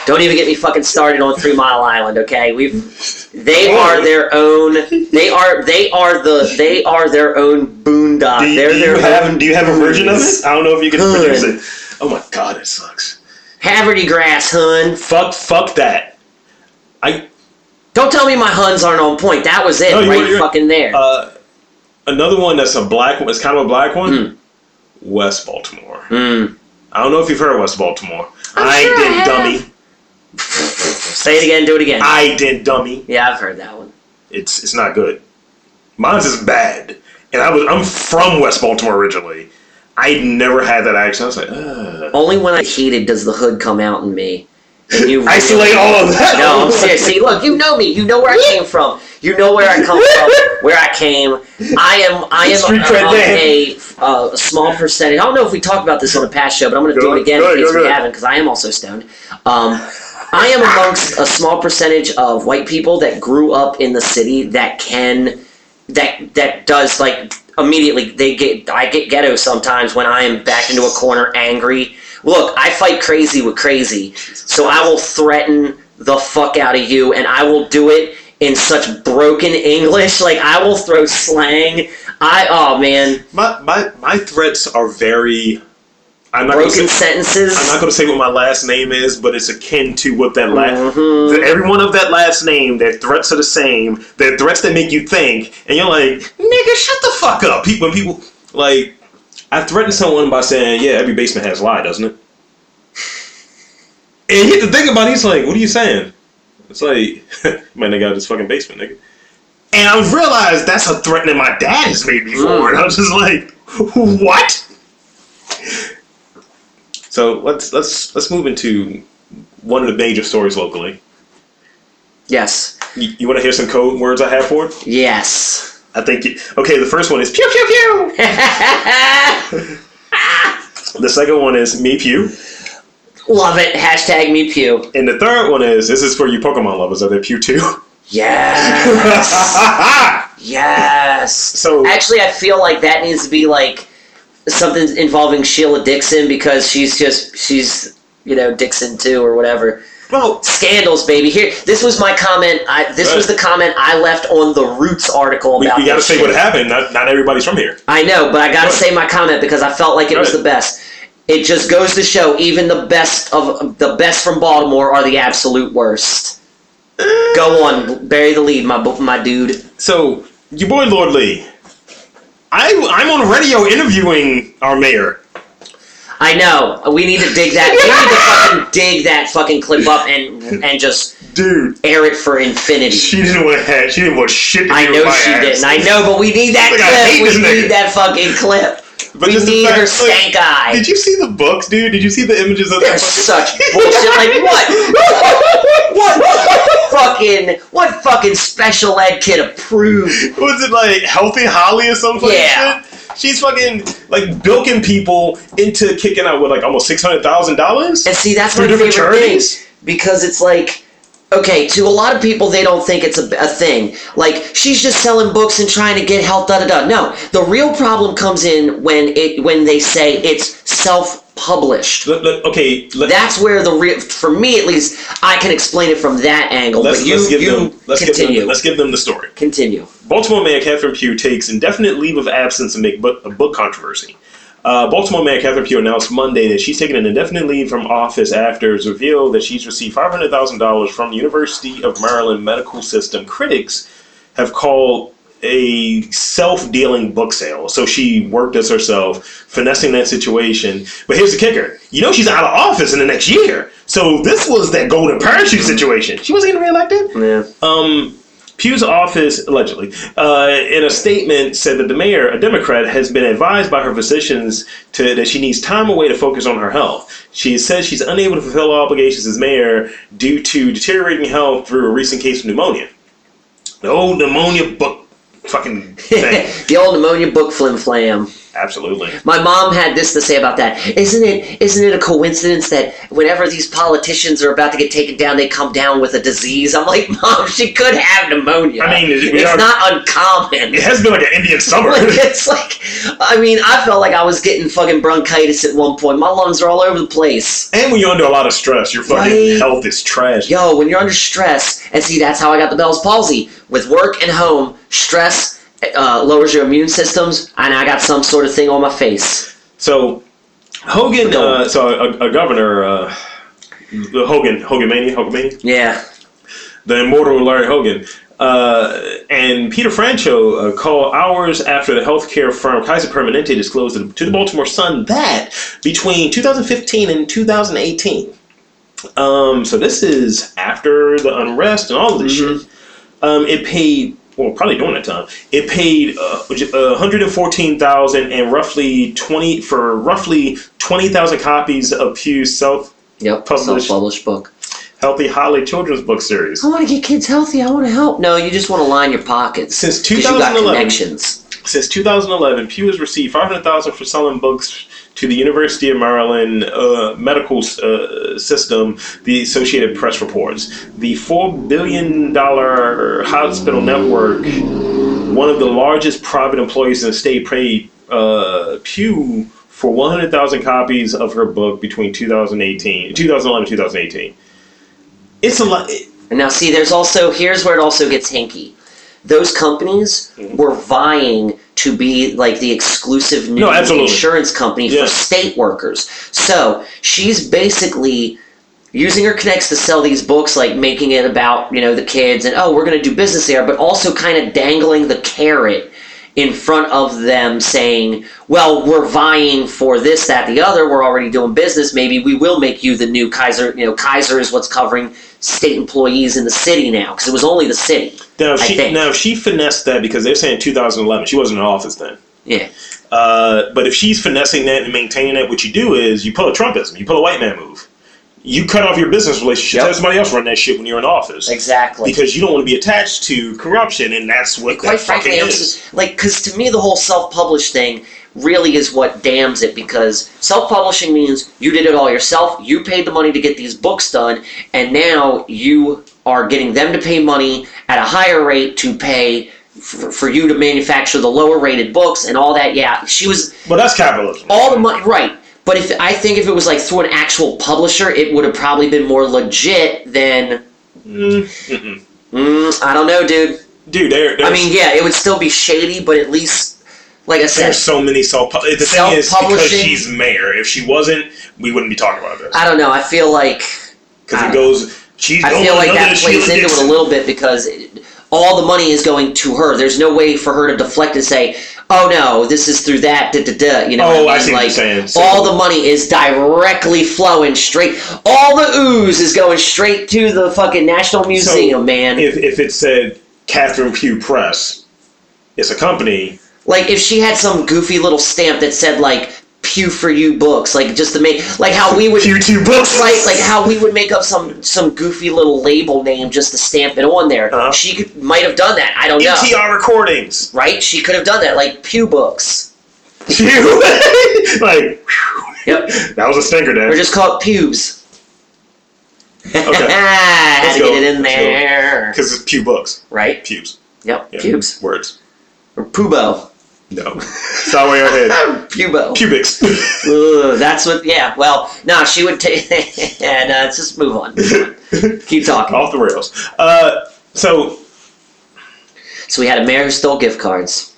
Speaker 2: don't even get me fucking started on Three Mile Island. Okay, we've they are their own. They are they are the they are their own boondock.
Speaker 1: do, you,
Speaker 2: They're
Speaker 1: do
Speaker 2: their
Speaker 1: you have
Speaker 2: own
Speaker 1: do you have a version of
Speaker 2: goons.
Speaker 1: it? I don't know if you can
Speaker 2: Good.
Speaker 1: produce it. Oh my god, it sucks.
Speaker 2: Haverty grass, hun.
Speaker 1: Fuck, fuck that. I
Speaker 2: Don't tell me my huns aren't on point. That was it,
Speaker 1: No, you-
Speaker 2: right
Speaker 1: you're-
Speaker 2: fucking there.
Speaker 1: uh, another one that's a black one. It's kind of a black one.
Speaker 2: Hmm.
Speaker 1: West Baltimore.
Speaker 2: Mm.
Speaker 1: I don't know if you've heard of West Baltimore.
Speaker 2: I'm
Speaker 1: I
Speaker 2: sure I
Speaker 1: did
Speaker 2: have.
Speaker 1: dummy.
Speaker 2: Say it again. Do it again.
Speaker 1: I did dummy.
Speaker 2: yeah, I've heard that one.
Speaker 1: it's it's not good. Mine's is bad, and I was I'm from West Baltimore originally. I never had that accent. I was like, Ugh.
Speaker 2: Only when I heated does the hood come out in me. And you
Speaker 1: isolate all of that.
Speaker 2: No, I'm serious. See, look, you know me. You know where I came from. You know where I come from. Where I came. I am. I am
Speaker 1: Street cred
Speaker 2: of
Speaker 1: man.
Speaker 2: a, uh, a small percentage. I don't know if we talked about this on the past show, but I'm going to
Speaker 1: Go
Speaker 2: do it
Speaker 1: on,
Speaker 2: again
Speaker 1: go on,
Speaker 2: in case
Speaker 1: go,
Speaker 2: we
Speaker 1: go.
Speaker 2: haven't, because I am also stoned. Um, I am amongst a small percentage of white people that grew up in the city that can that that does like immediately they get I get ghetto sometimes when I am backed into a corner angry. Look, I fight crazy with crazy. So I will threaten the fuck out of you and I will do it in such broken English. Like I will throw slang. I oh man,
Speaker 1: My my my threats are very. I'm not gonna
Speaker 2: broken
Speaker 1: say,
Speaker 2: sentences.
Speaker 1: I'm not going to say what my last name is, but it's akin to what that last.
Speaker 2: Mhm.
Speaker 1: the- Every one of that last name, their threats are the same. They're threats that make you think, and you're like, nigga, shut the fuck up. People, when people like, I threatened someone by saying, "Yeah, every basement has lie, doesn't it?" And he had to think about. It, he's like, "What are you saying?" It's like, "My nigga, out this fucking basement, nigga." And I realized that's a threat that my dad has made before, and I was just like, "What?" So let's let's let's move into one of the major stories locally.
Speaker 2: Yes.
Speaker 1: You, you want to hear some code words I have for it?
Speaker 2: Yes.
Speaker 1: I think. You, okay, the first one is pew pew pew. The second one is me pew,
Speaker 2: Love it. Hashtag me pew.
Speaker 1: and the third one is this is for you Pokemon lovers out there. Pew two.
Speaker 2: Yes. yes.
Speaker 1: So-
Speaker 2: actually, I feel like that needs to be like something involving Sheila Dixon because she's just she's you know Dixon too or whatever.
Speaker 1: well,
Speaker 2: Scandals, baby. Here, this was my comment. I this was the comment I left on the Roots article
Speaker 1: we,
Speaker 2: about.
Speaker 1: we got to
Speaker 2: this
Speaker 1: say
Speaker 2: shit.
Speaker 1: what happened. Not not everybody's from here.
Speaker 2: I know, but I
Speaker 1: Go
Speaker 2: gotta
Speaker 1: ahead.
Speaker 2: say my comment because I felt like it
Speaker 1: Go
Speaker 2: was
Speaker 1: ahead.
Speaker 2: the best. It just goes to show even the best of the best from Baltimore are the absolute worst. Go on, bury the lead, my bu- my dude.
Speaker 1: So your boy Lord Lee, I I'm on radio interviewing our mayor.
Speaker 2: I know. We need to dig that. we need to fucking dig that fucking clip up and and just
Speaker 1: Dude,
Speaker 2: air it for infinity.
Speaker 1: she didn't want head. She didn't want shit. To
Speaker 2: I
Speaker 1: do with
Speaker 2: know
Speaker 1: my
Speaker 2: she
Speaker 1: ass.
Speaker 2: didn't. I know, but we need that
Speaker 1: Look, I hate
Speaker 2: clip.
Speaker 1: this
Speaker 2: We
Speaker 1: nigga.
Speaker 2: need that fucking clip.
Speaker 1: But
Speaker 2: we
Speaker 1: just the
Speaker 2: need
Speaker 1: fact-
Speaker 2: her
Speaker 1: look,
Speaker 2: stank eye.
Speaker 1: Did you see the books, dude? Did you see the images of
Speaker 2: They're
Speaker 1: that? fucking-
Speaker 2: such bullshit. Like what? what fucking what fucking special ed kid approved?
Speaker 1: was it like Healthy Holly or some fucking
Speaker 2: Yeah.
Speaker 1: shit? She's fucking like bilking people into kicking out with like almost six hundred thousand dollars.
Speaker 2: And see, that's my
Speaker 1: Through
Speaker 2: favorite
Speaker 1: different
Speaker 2: thing
Speaker 1: charities?
Speaker 2: because it's like, okay, to a lot of people, they don't think it's a, a thing. Like she's just selling books and trying to get help. Da da da. No, the real problem comes in when it when they say it's self published.
Speaker 1: Okay, let,
Speaker 2: That's where the real, for me at least, I can explain it from that angle.
Speaker 1: let's,
Speaker 2: but you,
Speaker 1: let's give
Speaker 2: you
Speaker 1: them let's
Speaker 2: continue.
Speaker 1: give them let's give them the story.
Speaker 2: continue.
Speaker 1: Baltimore Mayor Catherine Pugh takes indefinite leave of absence amid book, a book controversy. Uh, Baltimore Mayor Catherine Pugh announced Monday that she's taken an indefinite leave from office after it's revealed that she's received $500,000 from University of Maryland medical system. Critics have called a self-dealing book sale. So she worked as herself, finessing that situation. But here's the kicker. You know she's out of office in the next year. So this was that golden parachute situation. She wasn't getting reelected.
Speaker 2: Yeah.
Speaker 1: Pugh's office, allegedly, uh, in a statement said that the mayor, a Democrat, has been advised by her physicians to, that she needs time away to focus on her health. She says she's unable to fulfill obligations as mayor due to deteriorating health through a recent case of pneumonia. The old pneumonia book fucking thing.
Speaker 2: the old pneumonia book flim flam.
Speaker 1: Absolutely.
Speaker 2: My mom had this to say about that. Isn't it isn't it a coincidence that whenever these politicians are about to get taken down, they come down with a disease? I'm like, Mom, she could have pneumonia.
Speaker 1: I mean, we
Speaker 2: it's
Speaker 1: are-
Speaker 2: not uncommon.
Speaker 1: It has been like an Indian summer.
Speaker 2: Like, it's like, I mean, I felt like I was getting fucking bronchitis at one point. My lungs are all over the place.
Speaker 1: and when you're under a lot of stress, your fucking
Speaker 2: Right.
Speaker 1: health is trash.
Speaker 2: Yo, when you're under stress, and see, that's how I got the Bell's palsy. With work and home, stress uh, lowers your immune systems, and I got some sort of thing on my face.
Speaker 1: So Hogan, uh, so a, a governor, uh, the Hogan, Hogan Mania, Hogan Mania?
Speaker 2: Yeah.
Speaker 1: the immortal Larry Hogan. Uh, and Peter Francho uh, called hours after the healthcare firm Kaiser Permanente disclosed to the Baltimore Sun that between 2015 and 2018, um, so this is after the unrest and all this shit, um, it paid, well, probably during that time, it paid uh, which- uh, 114000 and roughly 20 for roughly 20,000 copies of Pew's self
Speaker 2: Yep.
Speaker 1: Published.
Speaker 2: Self-published book.
Speaker 1: Healthy Holly children's book series.
Speaker 2: I want to get kids healthy. I want to help. No, you just want to line your pockets.
Speaker 1: Since
Speaker 2: 'Cause you got
Speaker 1: 2011.
Speaker 2: connections.
Speaker 1: Since 2011, Pew has received 500,000 for selling books to the University of Maryland uh, medical uh, system. The Associated Press reports the four billion dollar hospital network, one of the largest private employers in the state, paid uh, Pew for 100,000 copies of her book between 2018, 2011, 2018. It's a lot.
Speaker 2: And now, see, there's also here's where it also gets hinky. Those companies
Speaker 1: Mm-hmm.
Speaker 2: were vying to be like the exclusive new
Speaker 1: No, absolutely.
Speaker 2: insurance company
Speaker 1: Yeah.
Speaker 2: for state workers. So she's basically using her connects to sell these books, like making it about you know the kids and oh we're gonna do business there, but also kind of dangling the carrot in front of them saying, well, we're vying for this, that, the other. We're already doing business. Maybe we will make you the new Kaiser. You know, Kaiser is what's covering state employees in the city now because it was only the city.
Speaker 1: Now, if
Speaker 2: I
Speaker 1: she
Speaker 2: think.
Speaker 1: now if she finessed that because they're saying 2011, she wasn't in office then.
Speaker 2: Yeah.
Speaker 1: Uh, but if she's finessing that and maintaining that, what you do is you pull a Trumpism, you pull a white man move, you cut off your business relationship.
Speaker 2: Yep.
Speaker 1: Let somebody else run that shit when you're in office.
Speaker 2: Exactly.
Speaker 1: Because you don't want to be attached to corruption, and that's what
Speaker 2: quite
Speaker 1: that
Speaker 2: frankly,
Speaker 1: fucking
Speaker 2: I'm
Speaker 1: is.
Speaker 2: just, like, because to me, the whole self-published thing really is what damns it. Because self-publishing means you did it all yourself. You paid the money to get these books done, and now you are getting them to pay money at a higher rate to pay for, for you to manufacture the lower-rated books and all that. Yeah, she was
Speaker 1: But that's capitalism.
Speaker 2: all the money right but if i think if it was like through an actual publisher it would have probably been more legit than
Speaker 1: Mm, mm-mm.
Speaker 2: mm, i don't know dude
Speaker 1: Dude, there, there's,
Speaker 2: i mean yeah it would still be shady but at least like i said
Speaker 1: there's so many self. The thing is, because
Speaker 2: Self-publishing.
Speaker 1: she's mayor. If she wasn't, we wouldn't be talking about this.
Speaker 2: i don't know i feel like
Speaker 1: Because
Speaker 2: I-
Speaker 1: it goes. She's
Speaker 2: i
Speaker 1: going
Speaker 2: feel like
Speaker 1: another
Speaker 2: that
Speaker 1: issue
Speaker 2: plays
Speaker 1: with
Speaker 2: into it
Speaker 1: Nixon.
Speaker 2: a little bit because it, all the money is going to her there's no way for her to deflect and say oh no this is through that da da da you know
Speaker 1: Oh,
Speaker 2: what
Speaker 1: I
Speaker 2: mean?
Speaker 1: see what
Speaker 2: like
Speaker 1: you're saying. So-
Speaker 2: all the money is directly flowing straight all the ooze is going straight to the fucking national museum man
Speaker 1: if, if it said Catherine Pugh Press, it's a company.
Speaker 2: Like if she had some goofy little stamp that said like "Pew for you" books, like just to make like how we would
Speaker 1: Pugh Two Books.
Speaker 2: right, like how we would make up some some goofy little label name just to stamp it on there.
Speaker 1: Uh-huh.
Speaker 2: She could, might have done that. I don't know.
Speaker 1: ETR E recordings.
Speaker 2: Right? She could have done that, like Pew books.
Speaker 1: Pugh. like
Speaker 2: Yep.
Speaker 1: that was a stinker, Dad.
Speaker 2: or just call it Pews.
Speaker 1: okay.
Speaker 2: Had
Speaker 1: Let's
Speaker 2: to
Speaker 1: go.
Speaker 2: get it in
Speaker 1: Let's go.
Speaker 2: there.
Speaker 1: Because it's Pew books.
Speaker 2: Right?
Speaker 1: Pews.
Speaker 2: Yep.
Speaker 1: Yeah.
Speaker 2: Pubes.
Speaker 1: Words.
Speaker 2: Or Pubo.
Speaker 1: No. it's not way ahead.
Speaker 2: Pubo.
Speaker 1: Cubics.
Speaker 2: Ugh, that's what. Yeah. Well, no, she would take. and uh, let's just move on. Keep talking.
Speaker 1: Off the rails. Uh, so,
Speaker 2: So we had a mayor who stole gift cards.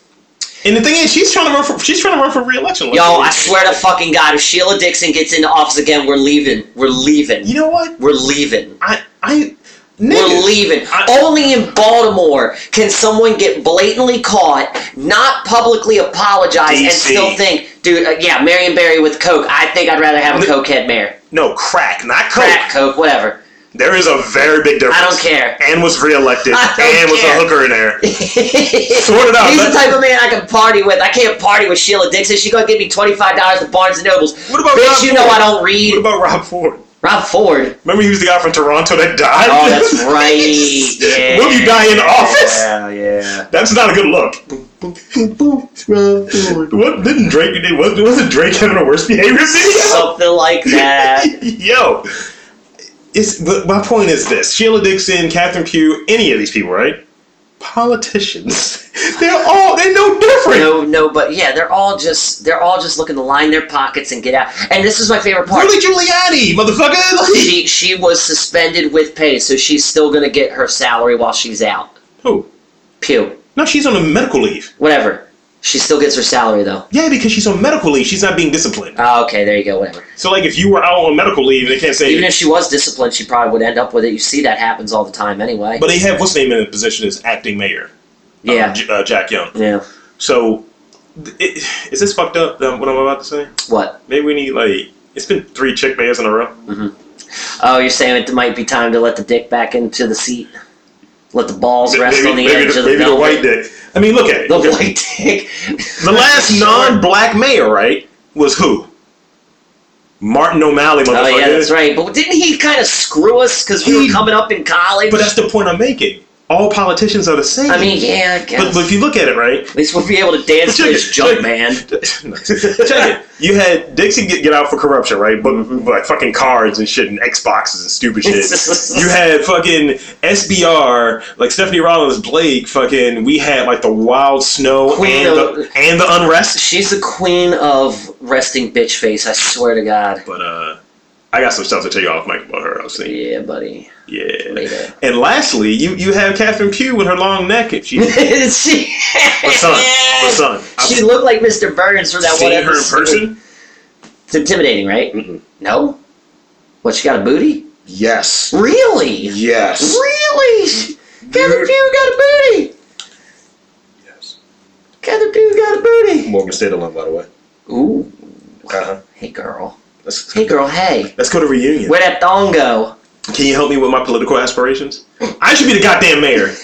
Speaker 1: and the thing is, she's trying to run for she's trying to run for re-election. Like,
Speaker 2: Yo, I swear to fucking God, if Sheila Dixon gets into office again, we're leaving. We're leaving.
Speaker 1: You know what?
Speaker 2: We're leaving.
Speaker 1: I I
Speaker 2: We're
Speaker 1: niggas.
Speaker 2: leaving.
Speaker 1: I-
Speaker 2: Only in Baltimore can someone get blatantly caught, not publicly apologize, and
Speaker 1: DC.
Speaker 2: still think, dude, uh, yeah, Marion Barry with Coke. I think I'd rather have a
Speaker 1: Li-
Speaker 2: Cokehead mayor.
Speaker 1: No crack, not coke.
Speaker 2: Crack Coke, whatever.
Speaker 1: There is a very big difference.
Speaker 2: I don't care.
Speaker 1: And was reelected.
Speaker 2: I don't
Speaker 1: And was a
Speaker 2: care.
Speaker 1: hooker in there.
Speaker 2: He's
Speaker 1: Sort it out.
Speaker 2: the
Speaker 1: Let-
Speaker 2: type of man I can party with. I can't party with Sheila Dixon. She gonna give me twenty five dollars to Barnes and Nobles.
Speaker 1: What about
Speaker 2: Bitch,
Speaker 1: Rob
Speaker 2: you know
Speaker 1: Ford?
Speaker 2: I don't read.
Speaker 1: What about Rob Ford?
Speaker 2: Rob Ford.
Speaker 1: Remember he was the guy from Toronto that died?
Speaker 2: Oh, that's right. Yeah.
Speaker 1: Will you die in office?
Speaker 2: Yeah, yeah.
Speaker 1: That's not a good look. What didn't Drake did was wasn't Drake having a worse behavior than
Speaker 2: Something like that.
Speaker 1: him? Yo. It's, but my point is this Sheila Dixon, Catherine Pugh, any of these people, right? Politicians. They're all they're no different.
Speaker 2: No, no, but yeah, they're all just they're all just looking to line their pockets and get out. And this is my favorite part.
Speaker 1: Rudy Giuliani, motherfucker! Like,
Speaker 2: She she was suspended with pay, so she's still gonna get her salary while she's out.
Speaker 1: who?
Speaker 2: Pew.
Speaker 1: No, she's on a medical leave.
Speaker 2: Whatever. She still gets her salary though.
Speaker 1: Yeah, because she's on medical leave. She's not being disciplined.
Speaker 2: Oh, okay, there you go, whatever.
Speaker 1: So, like, if you were out on medical leave, they can't say.
Speaker 2: Even if she was disciplined, she probably would end up with it. You see that happens all the time anyway.
Speaker 1: but they have what's name in the position is acting mayor. uh,
Speaker 2: yeah.
Speaker 1: J- uh, Jack Young.
Speaker 2: Yeah.
Speaker 1: So, th- it, is this fucked up? Um, what I'm about to say?
Speaker 2: What?
Speaker 1: Maybe we need like it's been three chick mayors in a row.
Speaker 2: Oh, you're saying it might be time to let the dick back into the seat? Let the balls
Speaker 1: Maybe,
Speaker 2: rest on the
Speaker 1: maybe
Speaker 2: edge
Speaker 1: the,
Speaker 2: of the
Speaker 1: maybe the
Speaker 2: velvet?
Speaker 1: white dick. I mean, look at it.
Speaker 2: The
Speaker 1: Look at it.
Speaker 2: white dick.
Speaker 1: The last
Speaker 2: Sure.
Speaker 1: non-black mayor, right, was who? Martin O'Malley, motherfucker.
Speaker 2: Oh, yeah, that's right. But didn't he kind of screw us because we
Speaker 1: He-
Speaker 2: were coming up in college?
Speaker 1: But that's the point I'm making. All politicians are the same.
Speaker 2: I mean, yeah, I guess.
Speaker 1: but, but if you look at it, right?
Speaker 2: At least we'll be able to dance to
Speaker 1: Check
Speaker 2: this
Speaker 1: it,
Speaker 2: junk
Speaker 1: check it.
Speaker 2: man.
Speaker 1: Check it. You had Dixon get, get out for corruption, right? But
Speaker 2: Mm-hmm.
Speaker 1: like fucking cards and shit and Xboxes and stupid shit. you had fucking SBR, like Stephanie Rollins, Blake, fucking. We had like the wild snow
Speaker 2: Queen
Speaker 1: and
Speaker 2: of-
Speaker 1: the, and the unrest.
Speaker 2: She's the queen of resting bitch face, I swear to God.
Speaker 1: But uh, I got some stuff to tell you off mic about her. I was thinking,
Speaker 2: Yeah, buddy.
Speaker 1: yeah.
Speaker 2: Later.
Speaker 1: And lastly, you you have Catherine Pugh with her long neck and she.
Speaker 2: she,
Speaker 1: My son, my son. I've
Speaker 2: she looked like Mr. Burns from that
Speaker 1: seen
Speaker 2: one
Speaker 1: her in
Speaker 2: episode.
Speaker 1: person.
Speaker 2: It's intimidating, right?
Speaker 1: Mm-mm.
Speaker 2: No? What, she got a booty?
Speaker 1: Yes.
Speaker 2: Really?
Speaker 1: Yes.
Speaker 2: Really? Kevin Pugh got a booty!
Speaker 1: Yes.
Speaker 2: Other dude got a booty.
Speaker 1: Morgan stayed alone, by the way.
Speaker 2: Ooh.
Speaker 1: Uh-huh.
Speaker 2: Hey girl.
Speaker 1: Let's,
Speaker 2: Hey girl. Hey.
Speaker 1: let's go to reunion.
Speaker 2: Where that thong go?
Speaker 1: Can you help me with my political aspirations? I should be the goddamn mayor.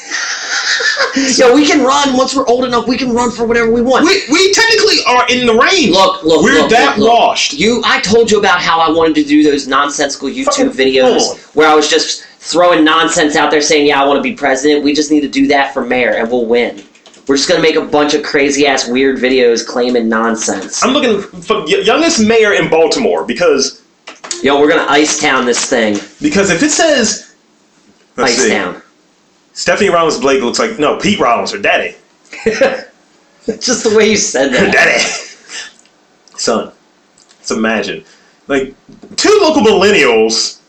Speaker 2: Yo, we can run once we're old enough. We can run for whatever we want.
Speaker 1: We, we technically are in the range.
Speaker 2: Look, look,
Speaker 1: We're
Speaker 2: look,
Speaker 1: that
Speaker 2: look, look.
Speaker 1: washed.
Speaker 2: You, I told you about how I wanted to do those nonsensical YouTube
Speaker 1: Fucking
Speaker 2: videos
Speaker 1: hold on.
Speaker 2: where I was just throwing nonsense out there, saying, "Yeah, I want to be president." We just need to do that for mayor, and we'll win. We're just gonna make a bunch of crazy ass weird videos claiming nonsense.
Speaker 1: I'm looking for y- youngest mayor in Baltimore because
Speaker 2: Yo, we're gonna ice town this thing.
Speaker 1: because if it says let's
Speaker 2: Ice
Speaker 1: see,
Speaker 2: town.
Speaker 1: Stephanie Rollins Blake looks like no Pete Rollins or Daddy,
Speaker 2: Just the way you said that.
Speaker 1: Daddy, son. Let's imagine like two local millennials.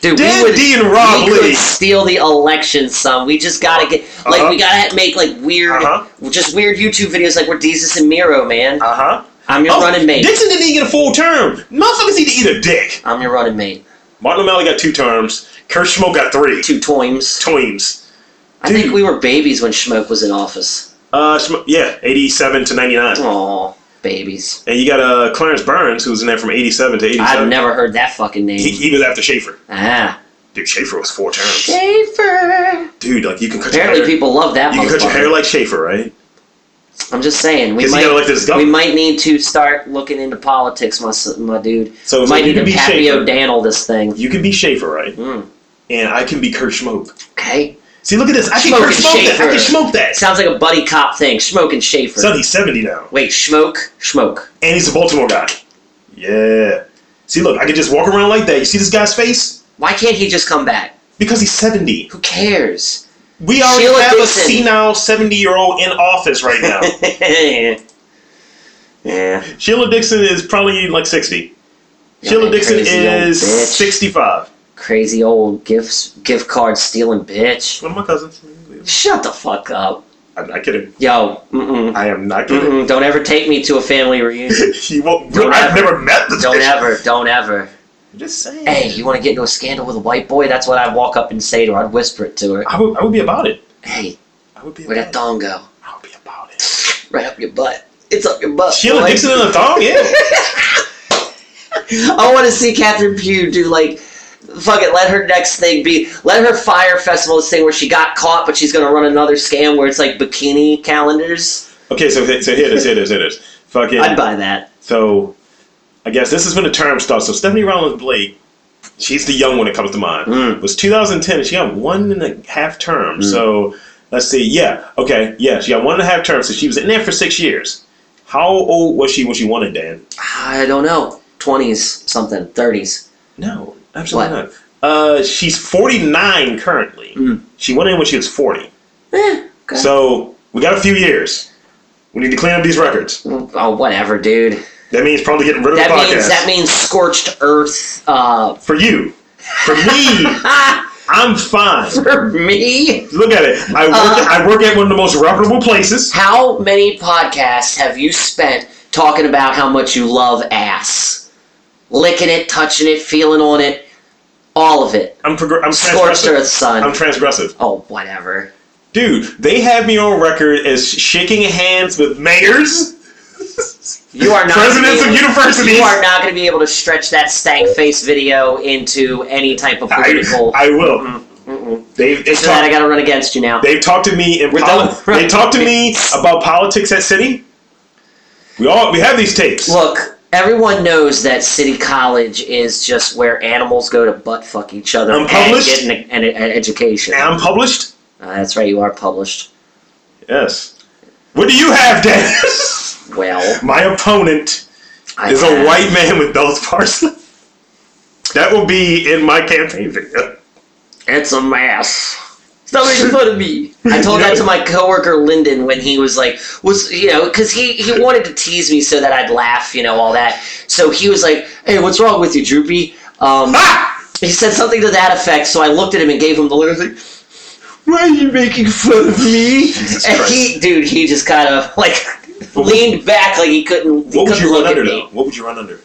Speaker 2: Dude,
Speaker 1: Dan D and Rob
Speaker 2: we
Speaker 1: Lee.
Speaker 2: could steal the election, son. We just gotta get like we
Speaker 1: Uh-huh.
Speaker 2: gotta make like weird,
Speaker 1: Uh-huh.
Speaker 2: just weird YouTube videos like we're Jesus and Miro, man.
Speaker 1: Uh huh.
Speaker 2: I'm your Uh-huh. running mate.
Speaker 1: Dixon didn't even get a full term. Motherfuckers need to eat a dick.
Speaker 2: I'm your running mate.
Speaker 1: Martin O'Malley got two terms. Kurt Schmoke got three.
Speaker 2: Two toims.
Speaker 1: Tweens.
Speaker 2: I think
Speaker 1: Dude.
Speaker 2: we were babies when Schmoke was in office.
Speaker 1: Uh, Schmo- yeah, 87 to 99.
Speaker 2: Aw, babies.
Speaker 1: And you got uh, Clarence Burns, who was in there from 87 to 87.
Speaker 2: I've never heard that fucking
Speaker 1: He,
Speaker 2: name.
Speaker 1: he was after Schaefer.
Speaker 2: Ah.
Speaker 1: Dude, Schaefer was four terms.
Speaker 2: Schaefer.
Speaker 1: Dude, like you can cut
Speaker 2: Apparently
Speaker 1: your hair.
Speaker 2: people love that
Speaker 1: You can cut your
Speaker 2: motherfucker.
Speaker 1: hair like Schaefer, right?
Speaker 2: I'm just saying, we
Speaker 1: Because he got
Speaker 2: might,
Speaker 1: elected as
Speaker 2: we
Speaker 1: governor.
Speaker 2: might need to start looking into politics, my, s- my dude.
Speaker 1: so
Speaker 2: We
Speaker 1: it's
Speaker 2: might
Speaker 1: like you
Speaker 2: need
Speaker 1: can
Speaker 2: to
Speaker 1: be
Speaker 2: Papio
Speaker 1: Schaefer.
Speaker 2: Dan'l this thing.
Speaker 1: You can be Schaefer, right?
Speaker 2: Mm,
Speaker 1: And I can be Kurt Schmoke.
Speaker 2: okay.
Speaker 1: See, look at this. I can
Speaker 2: Schmoke
Speaker 1: Kurt
Speaker 2: and
Speaker 1: Schmoke that. I can
Speaker 2: Schaefer.
Speaker 1: Schmoke that.
Speaker 2: Sounds like a buddy cop thing. Schmoke and Schaefer.
Speaker 1: Son, he's 70 now.
Speaker 2: Wait, Schmoke? Schmoke.
Speaker 1: And he's a Baltimore guy. Yeah. See, look, I can just walk around like that. You see this guy's face?
Speaker 2: Why can't he just come back?
Speaker 1: Because he's 70.
Speaker 2: Who cares?
Speaker 1: We already
Speaker 2: Sheila
Speaker 1: have
Speaker 2: Dixon.
Speaker 1: a senile 70 year old in office right now.
Speaker 2: yeah.
Speaker 1: Sheila Dixon is probably like 60. Sheila
Speaker 2: that
Speaker 1: Dixon
Speaker 2: crazy old
Speaker 1: is
Speaker 2: bitch.
Speaker 1: 65.
Speaker 2: crazy old gifts gift card stealing bitch.
Speaker 1: One of my cousins.
Speaker 2: Shut the fuck up,
Speaker 1: I'm not kidding.
Speaker 2: yo. Mm-mm,
Speaker 1: I am not kidding.
Speaker 2: mm-mm, don't ever take me to a family reunion.
Speaker 1: You won't.
Speaker 2: Don't
Speaker 1: I've
Speaker 2: ever.
Speaker 1: never met the
Speaker 2: Mm-hmm. Don't
Speaker 1: bitch.
Speaker 2: ever, don't ever.
Speaker 1: I'm just saying.
Speaker 2: Hey, you want to get into a scandal with a white boy? That's what I'd walk up and say to her. I'd whisper it to her.
Speaker 1: I would, I would be about it.
Speaker 2: Hey,
Speaker 1: I would be about
Speaker 2: where that
Speaker 1: it.
Speaker 2: thong go?
Speaker 1: I would be about it.
Speaker 2: Right up your butt. It's up your butt.
Speaker 1: Sheila
Speaker 2: boy.
Speaker 1: Dixon in a thong? Yeah.
Speaker 2: I want to see Catherine Pugh do like, fuck it. Let her next thing be. Let her fire festival this thing where she got caught, but she's gonna run another scam where it's like bikini calendars.
Speaker 1: okay, so, so here it is, here it is, here it is. Fucking.
Speaker 2: I'd buy that.
Speaker 1: So, I guess this has been a term stuff. So Stephanie Rollins Blake, she's the young one that comes to mind.
Speaker 2: Mm.
Speaker 1: Was 2010, and she got one and a half term. So let's see. Yeah, okay, yeah, she got one and a half term. So she was in there for six years. How old was she when she won it, Dan?
Speaker 2: I don't know. Twenties something, thirties.
Speaker 1: No, absolutely not. Uh, she's 49 currently.
Speaker 2: Mm.
Speaker 1: She went in when she was 40.
Speaker 2: Eh. Okay.
Speaker 1: So we got a few years. We need to clean up these records.
Speaker 2: oh, whatever, dude.
Speaker 1: That means probably getting rid of
Speaker 2: That
Speaker 1: the podcast
Speaker 2: means that means scorched earth. Uh,
Speaker 1: for you. For me,
Speaker 2: ah,
Speaker 1: I'm fine.
Speaker 2: for me.
Speaker 1: Look at it. I work,
Speaker 2: Uh,
Speaker 1: I work at one of the most reputable places.
Speaker 2: How many podcasts have you spent talking about how much you love ass? Licking it, touching it, feeling on it, all of it.
Speaker 1: I'm progr- I'm
Speaker 2: Scorched
Speaker 1: transgressive.
Speaker 2: earth, son.
Speaker 1: I'm transgressive,
Speaker 2: oh, whatever.
Speaker 1: dude. They have me on record as shaking hands with mayors.
Speaker 2: You are not
Speaker 1: Presidents
Speaker 2: gonna
Speaker 1: of
Speaker 2: be able-
Speaker 1: universities.
Speaker 2: You are not going to be able to stretch that stank face video into any type of
Speaker 1: I,
Speaker 2: political.
Speaker 1: I will.
Speaker 2: Mm, mm-mm.
Speaker 1: They've, they've,
Speaker 2: After that, I
Speaker 1: talked,
Speaker 2: got to run against you now.
Speaker 1: they've talked to me in
Speaker 2: We're
Speaker 1: poli-
Speaker 2: done.
Speaker 1: they talked to me about politics at city. We all we have these tapes.
Speaker 2: Look, everyone knows that City College is just where animals go to butt fuck each other and
Speaker 1: Unpublished?
Speaker 2: get an, an, an education.
Speaker 1: and I'm published.
Speaker 2: Uh, that's right, you are published.
Speaker 1: Yes. What do you have, Dan?
Speaker 2: Well,
Speaker 1: My opponent
Speaker 2: I
Speaker 1: is a
Speaker 2: have-
Speaker 1: white man with Bell's parsley. That will be in my campaign video.
Speaker 2: It's a mess. Stop making fun of me. I told that to my coworker Lyndon when he was like, was you know, because he he wanted to tease me so that I'd laugh, you know, all that. So he was like, "Hey, what's wrong with you, Droopy?" Um,
Speaker 1: Ah!
Speaker 2: he said something to that effect. So I looked at him and gave him the look. I was like, "Why are you making fun of me?" and
Speaker 1: Christ.
Speaker 2: he, dude, he just kind of like
Speaker 1: What would-
Speaker 2: leaned back like he couldn't. He
Speaker 1: What would
Speaker 2: couldn't
Speaker 1: you run
Speaker 2: look at
Speaker 1: under
Speaker 2: me.
Speaker 1: though? What would you run under?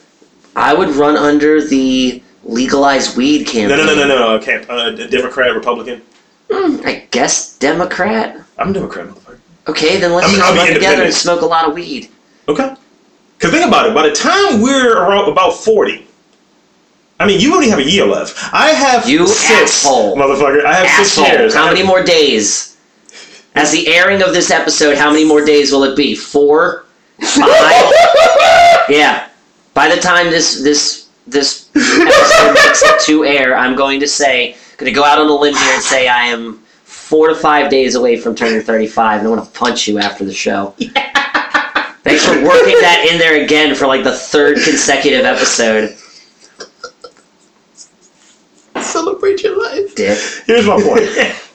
Speaker 2: I would run under the legalized weed campaign.
Speaker 1: No, no, no, no, no. Camp, uh, Democrat, Republican.
Speaker 2: I guess Democrat.
Speaker 1: I'm a Democrat, motherfucker.
Speaker 2: Okay, then let's
Speaker 1: I mean,
Speaker 2: just
Speaker 1: I'll be
Speaker 2: run together and
Speaker 1: independent.
Speaker 2: smoke a lot of weed.
Speaker 1: Okay. Because think about it. By the time we're around about 40, I mean, you only have a year left. I have
Speaker 2: You
Speaker 1: six,
Speaker 2: asshole.
Speaker 1: motherfucker. I have six
Speaker 2: Asshole.
Speaker 1: years.
Speaker 2: How many more days? As the airing of this episode, how many more days will it be? Four? Five? yeah. By the time this this this episode makes it to air, I'm going to say, going to go out on a limb here and say I am four to five days away from turning 35, and I want to punch you after the show. Thanks for working that in there again for like the third consecutive episode,
Speaker 1: Celebrate your life.
Speaker 2: Dick.
Speaker 1: Here's my point.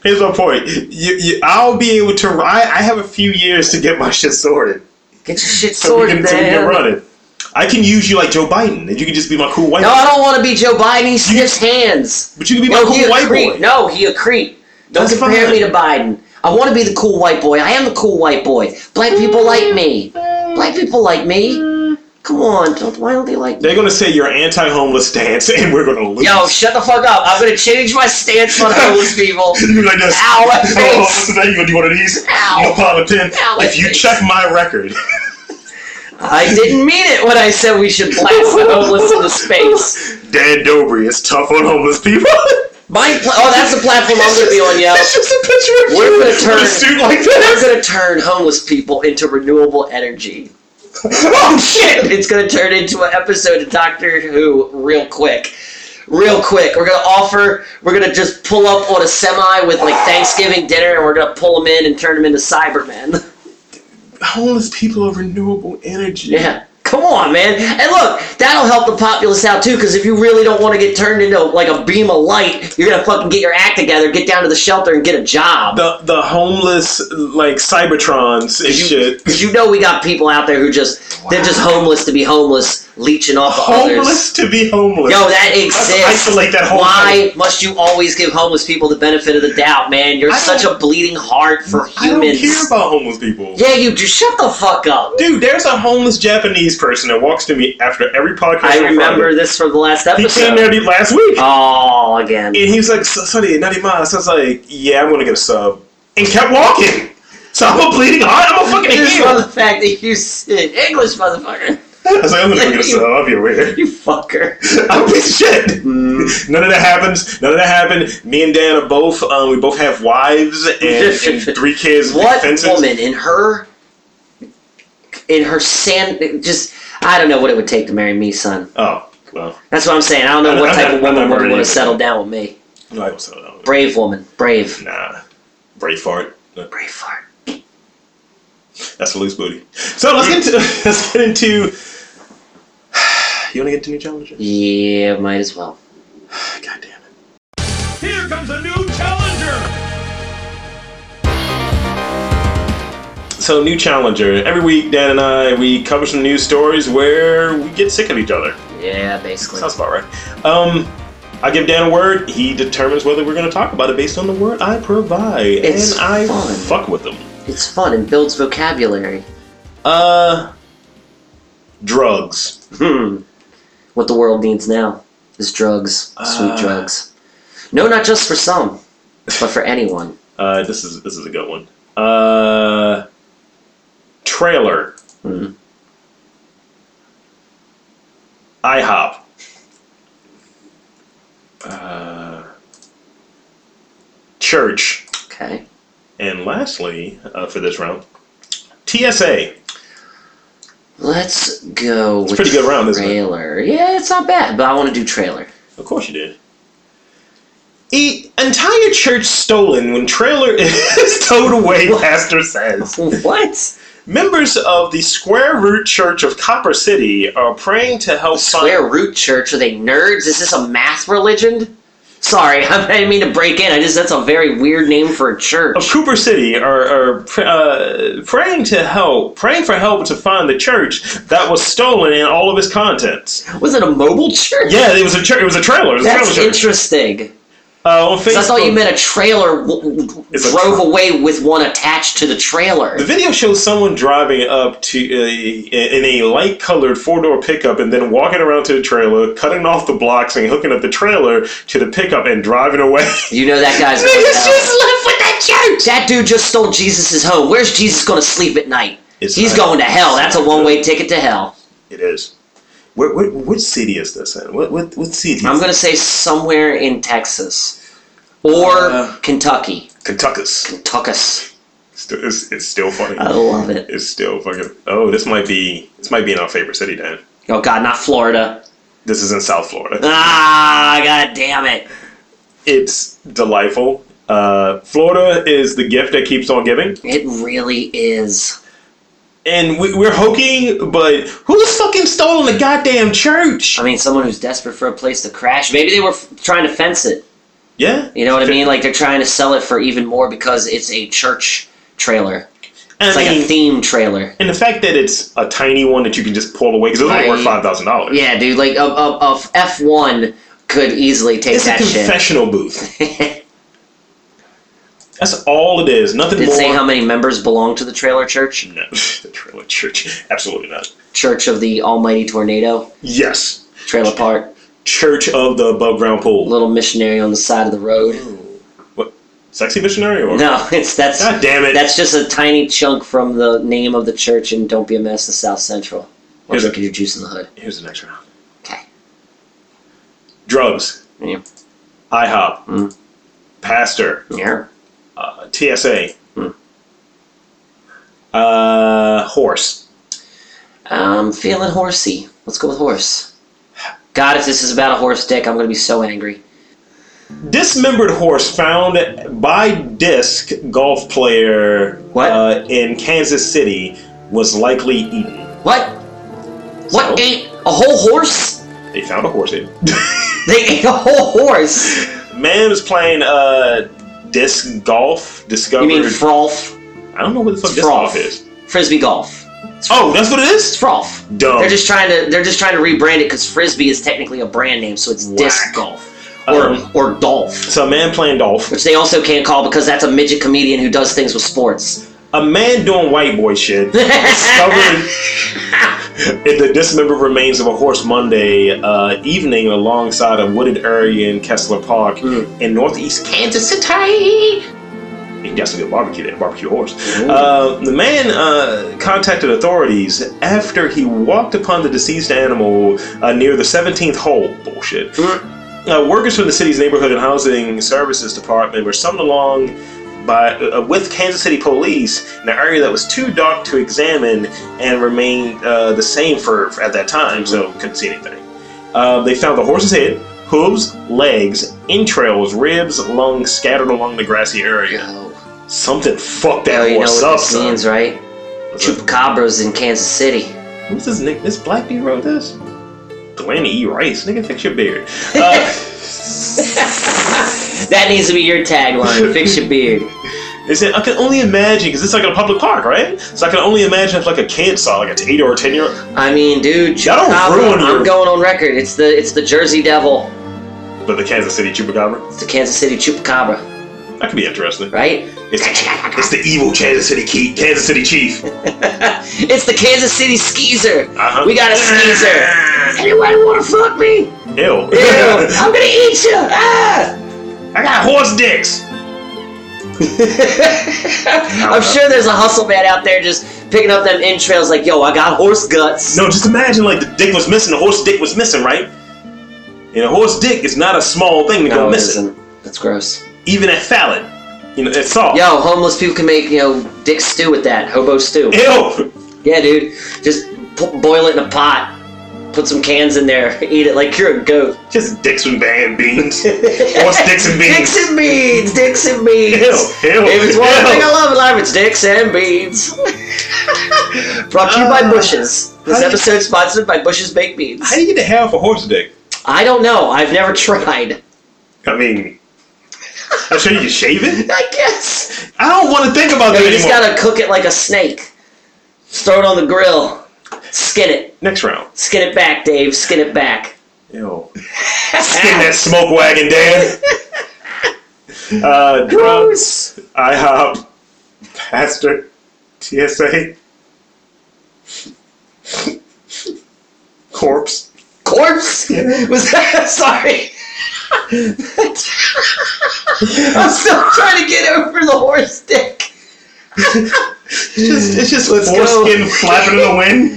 Speaker 1: Here's my point. You, you, I'll be able to. I, I have a few years to get my shit sorted.
Speaker 2: Get your shit
Speaker 1: So we
Speaker 2: sorted,
Speaker 1: can, so we
Speaker 2: man.
Speaker 1: can run it. I can use you like Joe Biden, and you can just be my cool white.
Speaker 2: No,
Speaker 1: boy.
Speaker 2: I don't want to be Joe Biden. He sniffs hands.
Speaker 1: But you can be my
Speaker 2: No, he
Speaker 1: cool
Speaker 2: a
Speaker 1: white
Speaker 2: creep.
Speaker 1: boy.
Speaker 2: No, he a creep. Don't
Speaker 1: That's
Speaker 2: compare
Speaker 1: fine.
Speaker 2: me to Biden. I want to be the cool white boy. I am the cool white boy. Black people like me. Black people like me. Come on, don't, why don't they like me?
Speaker 1: They're gonna say you're anti-homeless stance, and we're gonna lose.
Speaker 2: Yo, shut the fuck up. I'm gonna change my stance on homeless people.
Speaker 1: you like this?
Speaker 2: Ow, my
Speaker 1: Oh,
Speaker 2: face.
Speaker 1: so now you gonna do one of these?
Speaker 2: Ow.
Speaker 1: Neapolitan.
Speaker 2: Ow, my
Speaker 1: if you
Speaker 2: face.
Speaker 1: check my record,
Speaker 2: I didn't mean it when I said we should blast the homeless into space.
Speaker 1: Dan Dobry is tough on homeless people.
Speaker 2: My pla- oh, that's the platform I'm gonna be on, yo.
Speaker 1: It's just a picture of
Speaker 2: We're
Speaker 1: you
Speaker 2: gonna
Speaker 1: in
Speaker 2: turn-
Speaker 1: a suit like
Speaker 2: We're
Speaker 1: this.
Speaker 2: gonna turn homeless people into renewable energy.
Speaker 1: oh shit!
Speaker 2: it's gonna turn into an episode of Doctor Who real quick. Real quick, we're gonna offer. We're gonna just pull up on a semi with like Thanksgiving dinner, and we're gonna pull them in and turn them into Cybermen.
Speaker 1: Homeless people are renewable energy.
Speaker 2: Yeah, come on, man. And look, that'll help the populace out too. Because if you really don't want to get turned into like a beam of light, you're gonna fucking get your act together, get down to the shelter, and get a job.
Speaker 1: The the homeless like Cybertrons and shit.
Speaker 2: Because you know we got people out there who just they're just homeless to be homeless, leeching off of others.
Speaker 1: Homeless to be homeless.
Speaker 2: Yo, that exists.
Speaker 1: isolate that whole
Speaker 2: Why
Speaker 1: thing.
Speaker 2: must you always give homeless people the benefit of the doubt, man? You're
Speaker 1: I
Speaker 2: such
Speaker 1: don't-
Speaker 2: a bleeding heart for humans.
Speaker 1: I don't care about homeless people.
Speaker 2: yeah, you do. Shut the fuck up.
Speaker 1: Dude, there's a homeless Japanese person that walks to me after every podcast.
Speaker 2: I
Speaker 1: we
Speaker 2: remember
Speaker 1: record.
Speaker 2: this from the last
Speaker 1: He came
Speaker 2: episode.
Speaker 1: there the last week.
Speaker 2: oh, again.
Speaker 1: and he was like, "So- sorry, not mine. So I was like, yeah, I'm gonna get a sub. And kept walking. So I'm a bleeding heart. I'm a fucking
Speaker 2: Just from the
Speaker 1: heel.
Speaker 2: fact that you said English, motherfucker.
Speaker 1: I was like, I'm gonna go get a sub. I'll be aware.
Speaker 2: You fucker.
Speaker 1: I'm a piece of shit.
Speaker 2: Mm.
Speaker 1: None of that happens. None of that happened. Me and Dan are both, um, we both have wives and, and three kids. with
Speaker 2: What
Speaker 1: fences.
Speaker 2: woman in her, in her sand, just I don't know what it would take to marry me, son.
Speaker 1: Oh, well.
Speaker 2: That's what I'm saying. I don't know
Speaker 1: I'm
Speaker 2: what
Speaker 1: not-
Speaker 2: type of
Speaker 1: I'm not
Speaker 2: woman would
Speaker 1: married either.
Speaker 2: want to settle down with me.
Speaker 1: No, I don't know.
Speaker 2: Brave woman, brave,
Speaker 1: Nah. Brave fart.
Speaker 2: brave heart.
Speaker 1: That's a loose booty. So let's get into let's get into. You want to get into new challenges?
Speaker 2: Yeah, might as well.
Speaker 1: God damn it!
Speaker 3: Here comes a new challenger!
Speaker 1: So new challenger. Every week, Dan and I we cover some news stories where we get sick of each other.
Speaker 2: Yeah, basically.
Speaker 1: Sounds about right. Um, I give Dan a word. He determines whether we're going to talk about it based on the word I provide,
Speaker 2: It's
Speaker 1: and I
Speaker 2: fun.
Speaker 1: fuck with him.
Speaker 2: It's fun and builds vocabulary.
Speaker 1: Uh, drugs.
Speaker 2: Hmm. What the world needs now is drugs, sweet
Speaker 1: Uh.
Speaker 2: drugs. No, not just for some, but for anyone.
Speaker 1: Uh, this is this is a good one. Uh, trailer.
Speaker 2: Hmm.
Speaker 1: IHOP. Uh, church.
Speaker 2: Okay.
Speaker 1: And lastly, uh, for this round, TSA.
Speaker 2: Let's go with
Speaker 1: pretty good round, isn't it?
Speaker 2: trailer. Yeah, it's not bad, but I want to do trailer.
Speaker 1: Of course you did. E- entire church stolen when trailer is towed away, pastor says.
Speaker 2: what?
Speaker 1: Members of the Square Root Church of Copper City are praying to help find.
Speaker 2: Square root church? Are they nerds? Is this a math religion? Sorry, I didn't mean to break in. I just that's a very weird name for a church.
Speaker 1: Of Cooper City are, are pr- uh, praying to help, praying for help to find the church that was stolen and all of its contents.
Speaker 2: Was it a mobile church?
Speaker 1: Yeah, it was a church. It was a trailer. It was a
Speaker 2: That's
Speaker 1: trailer church.
Speaker 2: interesting.
Speaker 1: Uh, on Facebook,
Speaker 2: I thought you meant a trailer w- w-
Speaker 1: It's a
Speaker 2: drove away with one attached to the trailer.
Speaker 1: The video shows someone driving up to uh, in a light-colored four-door pickup, and then walking around to the trailer, cutting off the blocks and hooking up the trailer to the pickup and driving away.
Speaker 2: You know that guy's
Speaker 1: Niggas
Speaker 2: going
Speaker 1: just
Speaker 2: left with that church. That dude just stole Jesus' home. Where's Jesus going to sleep at night?
Speaker 1: It's
Speaker 2: He's
Speaker 1: not-
Speaker 2: going to hell. That's a one way ticket to hell.
Speaker 1: It is. Where, where, which city is this in? What what what city?
Speaker 2: I'm going to say somewhere in Texas or
Speaker 1: Uh,
Speaker 2: Kentucky.
Speaker 1: Kentuckus.
Speaker 2: Kentuckus.
Speaker 1: Still- It's, it's still funny.
Speaker 2: I love it.
Speaker 1: It's still fucking. Oh, this might be this might be in our favorite city, Dan.
Speaker 2: Oh, God, not Florida.
Speaker 1: This is in South Florida.
Speaker 2: Ah, God damn it.
Speaker 1: It's delightful. Uh, Florida is the gift that keeps on giving,
Speaker 2: It really is.
Speaker 1: and we, we're hokey, but who's fucking stolen the goddamn church?
Speaker 2: I mean, someone who's desperate for a place to crash. Maybe they were f- trying to fence it.
Speaker 1: yeah,
Speaker 2: You know what I
Speaker 1: Sure.
Speaker 2: mean? Like they're trying to sell it for even more because it's a church trailer.
Speaker 1: I
Speaker 2: It's like
Speaker 1: mean,
Speaker 2: a theme trailer.
Speaker 1: and the fact that it's a tiny one that you can just pull away because it's only worth
Speaker 2: Right.
Speaker 1: five thousand dollars.
Speaker 2: Yeah, dude. Like a a, a F one could easily take
Speaker 1: it's a
Speaker 2: that shit.
Speaker 1: confessional booth.
Speaker 2: Did
Speaker 1: That's all it is. Nothing
Speaker 2: it
Speaker 1: more.
Speaker 2: say how many members belong to the trailer church?
Speaker 1: no, the trailer church. Absolutely not.
Speaker 2: Church of the Almighty Tornado
Speaker 1: Yes,
Speaker 2: Trailer Park.
Speaker 1: Church of the Above Ground Pool.
Speaker 2: Little missionary on the side of the road.
Speaker 1: What? Sexy missionary or?
Speaker 2: No, it's that's
Speaker 1: God damn it!
Speaker 2: that's just a tiny chunk from the name of the church and Don't Be a Mess to South Central. Or
Speaker 1: Here's a-
Speaker 2: look at your juice in the hood.
Speaker 1: Here's the next round.
Speaker 2: Okay.
Speaker 1: Drugs.
Speaker 2: Yeah.
Speaker 1: IHOP.
Speaker 2: Mm.
Speaker 1: Pastor.
Speaker 2: Yeah.
Speaker 1: Uh, TSA.
Speaker 2: Mm.
Speaker 1: Uh, horse.
Speaker 2: I'm feeling horsey. Let's go with horse. God, if this is about a horse dick, I'm gonna be so angry.
Speaker 1: Dismembered horse found by disc golf player
Speaker 2: What?
Speaker 1: Uh, in Kansas City was likely eaten.
Speaker 2: What? What
Speaker 1: So?
Speaker 2: ate a whole horse?
Speaker 1: They found a horse. It.
Speaker 2: They ate a whole horse.
Speaker 1: Man was playing uh, disc golf. Discovered.
Speaker 2: You mean froth?
Speaker 1: I don't know what the fuck
Speaker 2: It's
Speaker 1: disc
Speaker 2: froth.
Speaker 1: golf is.
Speaker 2: Frisbee golf.
Speaker 1: Oh, that's what it
Speaker 2: It's
Speaker 1: is.
Speaker 2: froth.
Speaker 1: Dumb.
Speaker 2: They're just trying to they're just trying to rebrand it because frisbee is technically a brand name, so it's disc
Speaker 1: Whack.
Speaker 2: golf or
Speaker 1: Um,
Speaker 2: or golf,
Speaker 1: So a man playing golf.
Speaker 2: which they also can't call because that's a midget comedian who does things with sports.
Speaker 1: A man doing white boy shit discovered in the dismembered remains of a horse Monday uh, evening alongside a wooded area in Kessler Park
Speaker 2: Mm.
Speaker 1: in northeast Kansas City. You got some good barbecue there, barbecue horse.
Speaker 2: Hmm.
Speaker 1: Uh, the man uh, contacted authorities after he walked upon the deceased animal uh, near the 17th hole. Bullshit.
Speaker 2: Hmm.
Speaker 1: Uh, workers from the city's neighborhood and housing services department were summoned along by uh, with Kansas City police in an area that was too dark to examine and remained uh, the same for, for at that time, so couldn't see anything. Uh, they found the horse's head, hooves, legs, entrails, ribs, lungs scattered along the grassy area.
Speaker 2: Yo.
Speaker 1: Something fucked that
Speaker 2: Yo, you know
Speaker 1: horse
Speaker 2: what
Speaker 1: up,
Speaker 2: this
Speaker 1: son.
Speaker 2: means, right? Chupacabras in Kansas City.
Speaker 1: Who's this nigga? This black dude wrote this? Delaney E. Rice, nigga, fix your beard. Uh,
Speaker 2: That needs to be your tagline. Fix your beard.
Speaker 1: They said, I can only imagine, because it's like in a public park, right? So I can only imagine if like a kid saw like an eight or a ten year old.
Speaker 2: I mean, dude,
Speaker 1: That'll
Speaker 2: Chupacabra,
Speaker 1: ruin
Speaker 2: I'm
Speaker 1: your-
Speaker 2: going on record. It's the it's the Jersey Devil.
Speaker 1: But the Kansas City Chupacabra?
Speaker 2: It's the Kansas City Chupacabra,
Speaker 1: That could be interesting.
Speaker 2: right?
Speaker 1: It's the, it's the evil Kansas City key, Kansas City Chief.
Speaker 2: it's the Kansas City Skeezer.
Speaker 1: Uh-huh.
Speaker 2: We got a Skeezer. Anybody want to fuck me?
Speaker 1: Ew.
Speaker 2: Ew, I'm gonna eat you. Ah!
Speaker 1: I got horse dicks.
Speaker 2: I'm sure there's a hustle man out there just picking up them entrails like, yo, I got horse guts.
Speaker 1: No, just imagine like the dick was missing, the horse dick was missing, right? And a horse dick is not a small thing to
Speaker 2: No,
Speaker 1: go
Speaker 2: it
Speaker 1: missing.
Speaker 2: isn't. That's gross.
Speaker 1: Even at salad. You know, it's salt.
Speaker 2: Yo, homeless people can make, you know, dick stew with that. Hobo stew.
Speaker 1: Ew.
Speaker 2: Yeah, dude. Just p- boil it in a pot. Put some cans in there. Eat it like you're a goat.
Speaker 1: Just dicks and band beans. horse dicks and beans.
Speaker 2: Dicks and beans. Dicks and beans.
Speaker 1: Ew, ew,
Speaker 2: if it's one
Speaker 1: ew.
Speaker 2: thing I love in life, it's dicks and beans. Brought to you by
Speaker 1: Uh,
Speaker 2: Bushes.
Speaker 1: how
Speaker 2: This
Speaker 1: do you-
Speaker 2: episode sponsored by Bushes Baked Beans.
Speaker 1: How do you get to half a horse dick?
Speaker 2: I don't know. I've never tried.
Speaker 1: I mean, I'm sure you can shave it.
Speaker 2: I guess.
Speaker 1: I don't want to think about
Speaker 2: No,
Speaker 1: that
Speaker 2: you just
Speaker 1: anymore.
Speaker 2: gotta cook it like a snake. Just throw it on the grill. Skin it.
Speaker 1: Next round.
Speaker 2: Skin it back, Dave. Skin it back.
Speaker 1: Ew. Skin that smoke wagon, Dan. uh, drugs,
Speaker 2: Gross.
Speaker 1: IHOP, Pastor, TSA, corpse.
Speaker 2: corpse? Was that sorry? I'm still trying to get over the horse dick.
Speaker 4: just, it's just let's go.
Speaker 1: Foreskin flapping in the wind.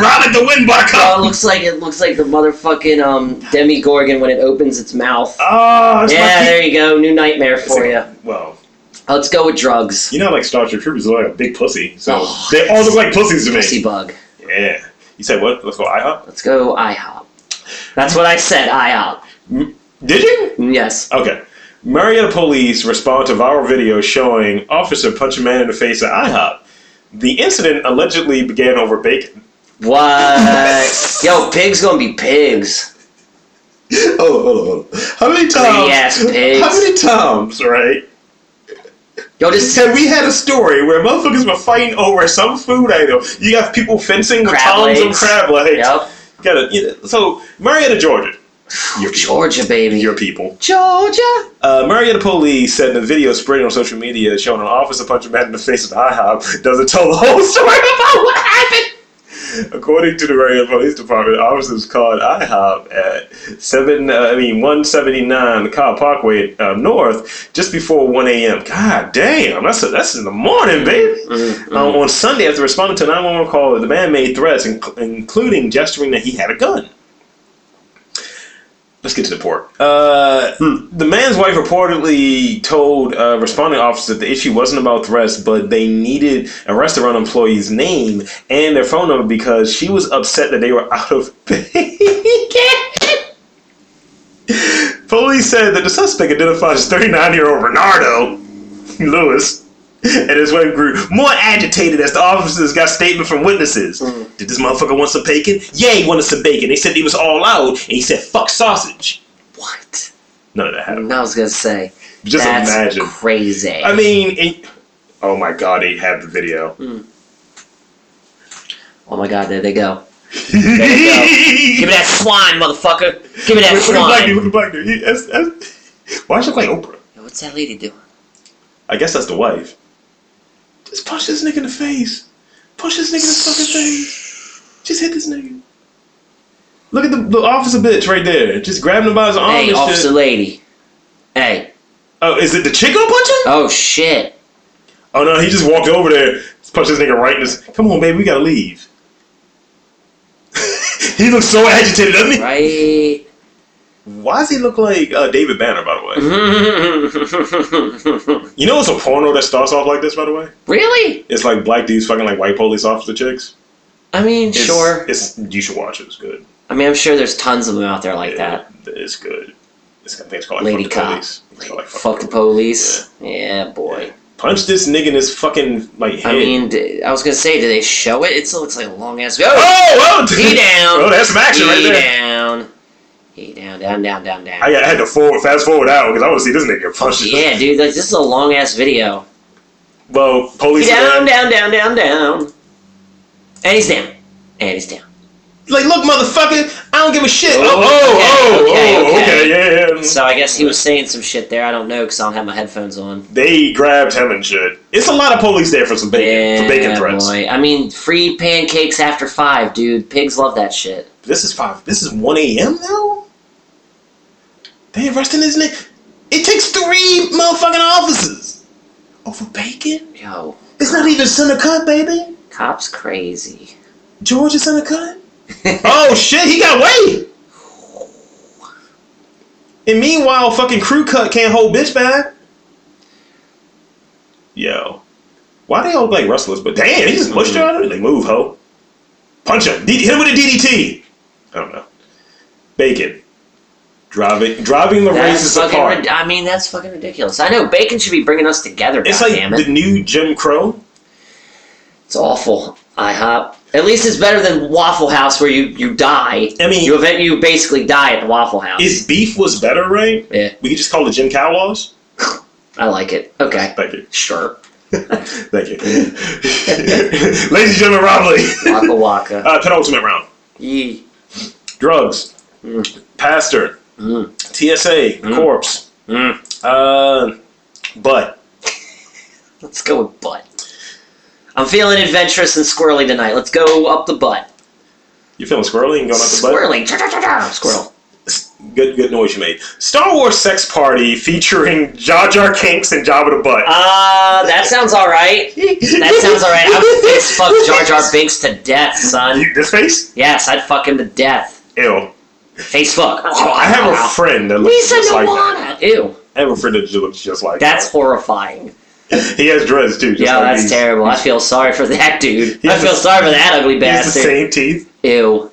Speaker 1: Rob at the wind bar
Speaker 2: Oh, it
Speaker 1: cup.
Speaker 2: looks like it looks like the motherfucking um demi gorgon when it opens its mouth.
Speaker 1: Oh, it's
Speaker 2: yeah,
Speaker 1: my
Speaker 2: there you go. New nightmare
Speaker 1: It's
Speaker 2: for
Speaker 1: like-
Speaker 2: you.
Speaker 1: Well,
Speaker 2: Let's go with drugs.
Speaker 1: you know, like Star Trek troopers look like a big pussy, so
Speaker 2: Oh,
Speaker 1: they all look like pussies to me.
Speaker 2: Pussy bug.
Speaker 1: Yeah. You said what? Let's go IHOP.
Speaker 2: Let's go IHOP. That's what I said. IHOP.
Speaker 1: Did you?
Speaker 2: Yes.
Speaker 1: Okay. Marietta police respond to viral video showing officer punch a man in the face at IHOP. The incident allegedly began over bacon.
Speaker 2: What? Yo, pigs gonna be pigs.
Speaker 1: Oh, hold on, hold on. How many
Speaker 2: ass pigs.
Speaker 1: times, right?
Speaker 2: Yo, just
Speaker 1: Said we had a story where motherfuckers were fighting over some food item. You got people fencing with
Speaker 2: Crab
Speaker 1: tongs and
Speaker 2: legs.
Speaker 1: crab legs.
Speaker 2: yep.
Speaker 1: You gotta- you- so Marietta, Georgia. Your people.
Speaker 2: Georgia, baby.
Speaker 1: Your people.
Speaker 2: Georgia.
Speaker 1: Uh, Marietta police said in a video spreading on social media showing an officer punch a man in the face at IHOP doesn't tell the whole story about what happened. According to the Marietta Police Department, officers called IHOP at seven, uh, I mean one seventy nine Kyle Parkway uh, North just before one a.m. God damn, that's that's in the morning, baby. Um, on Sunday, after responding to a 911 call, the man made threats, inc- including gesturing that he had a gun. Let's get to the port. Uh, The man's wife reportedly told uh, responding officer that the issue wasn't about threats, but they needed a restaurant employee's name and their phone number because she was upset that they were out of bacon. Police said that the suspect identified as 39 year old Renardo Lewis and his wife grew more agitated as the officers got statement from witnesses. Did this motherfucker want some bacon? Yeah, he wanted some bacon. They said he was all out, and he said, fuck sausage.
Speaker 2: What?
Speaker 1: None of that happened.
Speaker 2: I was gonna say.
Speaker 1: Just
Speaker 2: Mm. that's
Speaker 1: imagine.
Speaker 2: crazy.
Speaker 1: I mean, it, oh my god, they have the video.
Speaker 2: oh my God, there they go. Give me that swine, motherfucker. Give me that
Speaker 1: Look at the black dude, look
Speaker 2: swine.
Speaker 1: at the black dude. He- that's- that's- Why she look like Oprah?
Speaker 2: Yo, what's that lady doing?
Speaker 1: I guess that's the wife. Just punch this nigga in the face. Punch this nigga in the fucking face. Just hit this nigga. Look at the, the officer bitch right there. Just grabbing him by his arm
Speaker 2: Hey,
Speaker 1: and
Speaker 2: officer
Speaker 1: shit.
Speaker 2: lady. Hey.
Speaker 1: Oh, is it the chick gonna punch him?
Speaker 2: Oh shit.
Speaker 1: Oh no, he just walked over there, punched this nigga right in his. Come on, baby, we gotta leave. he looks so agitated, doesn't he?
Speaker 2: Right.
Speaker 1: Why does he look like uh, David Banner, by the way?
Speaker 2: Mm-hmm. really?
Speaker 1: You know, it's a porno that starts off like this, by the way. It's like black dudes fucking like white police officer chicks.
Speaker 2: I mean,
Speaker 1: It's,
Speaker 2: sure.
Speaker 1: It's you should watch it. It's good.
Speaker 2: I mean, I'm sure there's tons of them out there like that.
Speaker 1: It- It's good. It's, I think it's called like
Speaker 2: Lady
Speaker 1: Fuck the
Speaker 2: Cop.
Speaker 1: Police. It's called, like,
Speaker 2: Fuck, the police. Yeah, boy.
Speaker 1: Punch this nigga in his fucking like head.
Speaker 2: I mean, d- I was gonna say, do they show it? It still looks like a long ass. Oh,
Speaker 1: oh, oh,
Speaker 2: he down.
Speaker 1: Oh, that's some action
Speaker 2: he
Speaker 1: right there.
Speaker 2: down. He down, down, down, down, down.
Speaker 1: I, I had to forward, fast forward out because I want to see this nigga get punched.
Speaker 2: yeah, dude, like, this is a long ass video.
Speaker 1: Well,
Speaker 2: He
Speaker 1: police.
Speaker 2: down,
Speaker 1: man.
Speaker 2: down, down, down, down. And he's down. And he's down.
Speaker 1: Mm-hmm. Like, look, motherfucker, I don't give a shit. Oh, oh,
Speaker 2: okay,
Speaker 1: oh, oh,
Speaker 2: okay,
Speaker 1: okay,
Speaker 2: okay.
Speaker 1: yeah, yeah.
Speaker 2: So I guess he was saying some shit there. I don't know because I don't have my headphones on.
Speaker 1: they grabbed him and shit. It's a lot of police there for some bacon, for bacon threats.
Speaker 2: boy. I mean, free pancakes after five, dude. Pigs love that shit.
Speaker 1: This is five. This is one a.m. now. They arresting this nigga. It takes three motherfucking officers over bacon.
Speaker 2: Yo,
Speaker 1: It's not even center cut, baby.
Speaker 2: cops crazy.
Speaker 1: George is center cut. oh shit, he got away. And meanwhile, fucking crew cut can't hold bitch back. Yo, why they all look like wrestlers? But damn, he just pushed her out of it. Like move, ho. Punch him. D- hit him with a DDT. I don't know. Bacon. Driving, driving the
Speaker 2: That's
Speaker 1: races
Speaker 2: fucking.
Speaker 1: apart.
Speaker 2: rid- I mean, that's fucking ridiculous. I know bacon should be bringing us together.
Speaker 1: it's
Speaker 2: God
Speaker 1: like
Speaker 2: damn
Speaker 1: the
Speaker 2: it,
Speaker 1: new Jim Crow.
Speaker 2: it's awful. IHOP. At least it's better than Waffle House, where you you die.
Speaker 1: I mean-
Speaker 2: you event you basically die at the Waffle House.
Speaker 1: If beef was better, right?
Speaker 2: yeah,
Speaker 1: We could just call it Jim Cowlaws.
Speaker 2: I like it. Okay,
Speaker 1: Thank you.
Speaker 2: sure.
Speaker 1: Thank you. Ladies and gentlemen, Rob Lee.
Speaker 2: Waka waka.
Speaker 1: Uh, penultimate round.
Speaker 2: Yee.
Speaker 1: Drugs. Mm. Pastor. Mm. TSA. Corpse. Uh, but
Speaker 2: Let's go with butt. I'm feeling adventurous and squirrely tonight. Let's go up the butt.
Speaker 1: you feeling squirrely and going up the butt?
Speaker 2: Squirrely. Squirrel.
Speaker 1: Squirrel. Good, good noise you made. Star Wars sex party featuring Jar Jar Kinks and Jabba the Butt.
Speaker 2: Uh, that sounds all right. That sounds all right. I would fist fuck Jar Jar Binks to death, son.
Speaker 1: You- this face?
Speaker 2: Yes, I'd fuck him to death.
Speaker 1: Ew.
Speaker 2: Face fuck.
Speaker 1: Oh, I have a friend that looks
Speaker 2: He's
Speaker 1: just
Speaker 2: a
Speaker 1: like that.
Speaker 2: Nuwana. Ew,
Speaker 1: I have a friend that looks just like
Speaker 2: that's
Speaker 1: that.
Speaker 2: horrifying.
Speaker 1: He has dreads too. Just
Speaker 2: Yeah,
Speaker 1: like
Speaker 2: that's
Speaker 1: these.
Speaker 2: terrible. I feel sorry for that dude. I
Speaker 1: He's
Speaker 2: feel
Speaker 1: the-
Speaker 2: sorry for that ugly
Speaker 1: He has the same
Speaker 2: bastard.
Speaker 1: teeth.
Speaker 2: Ew.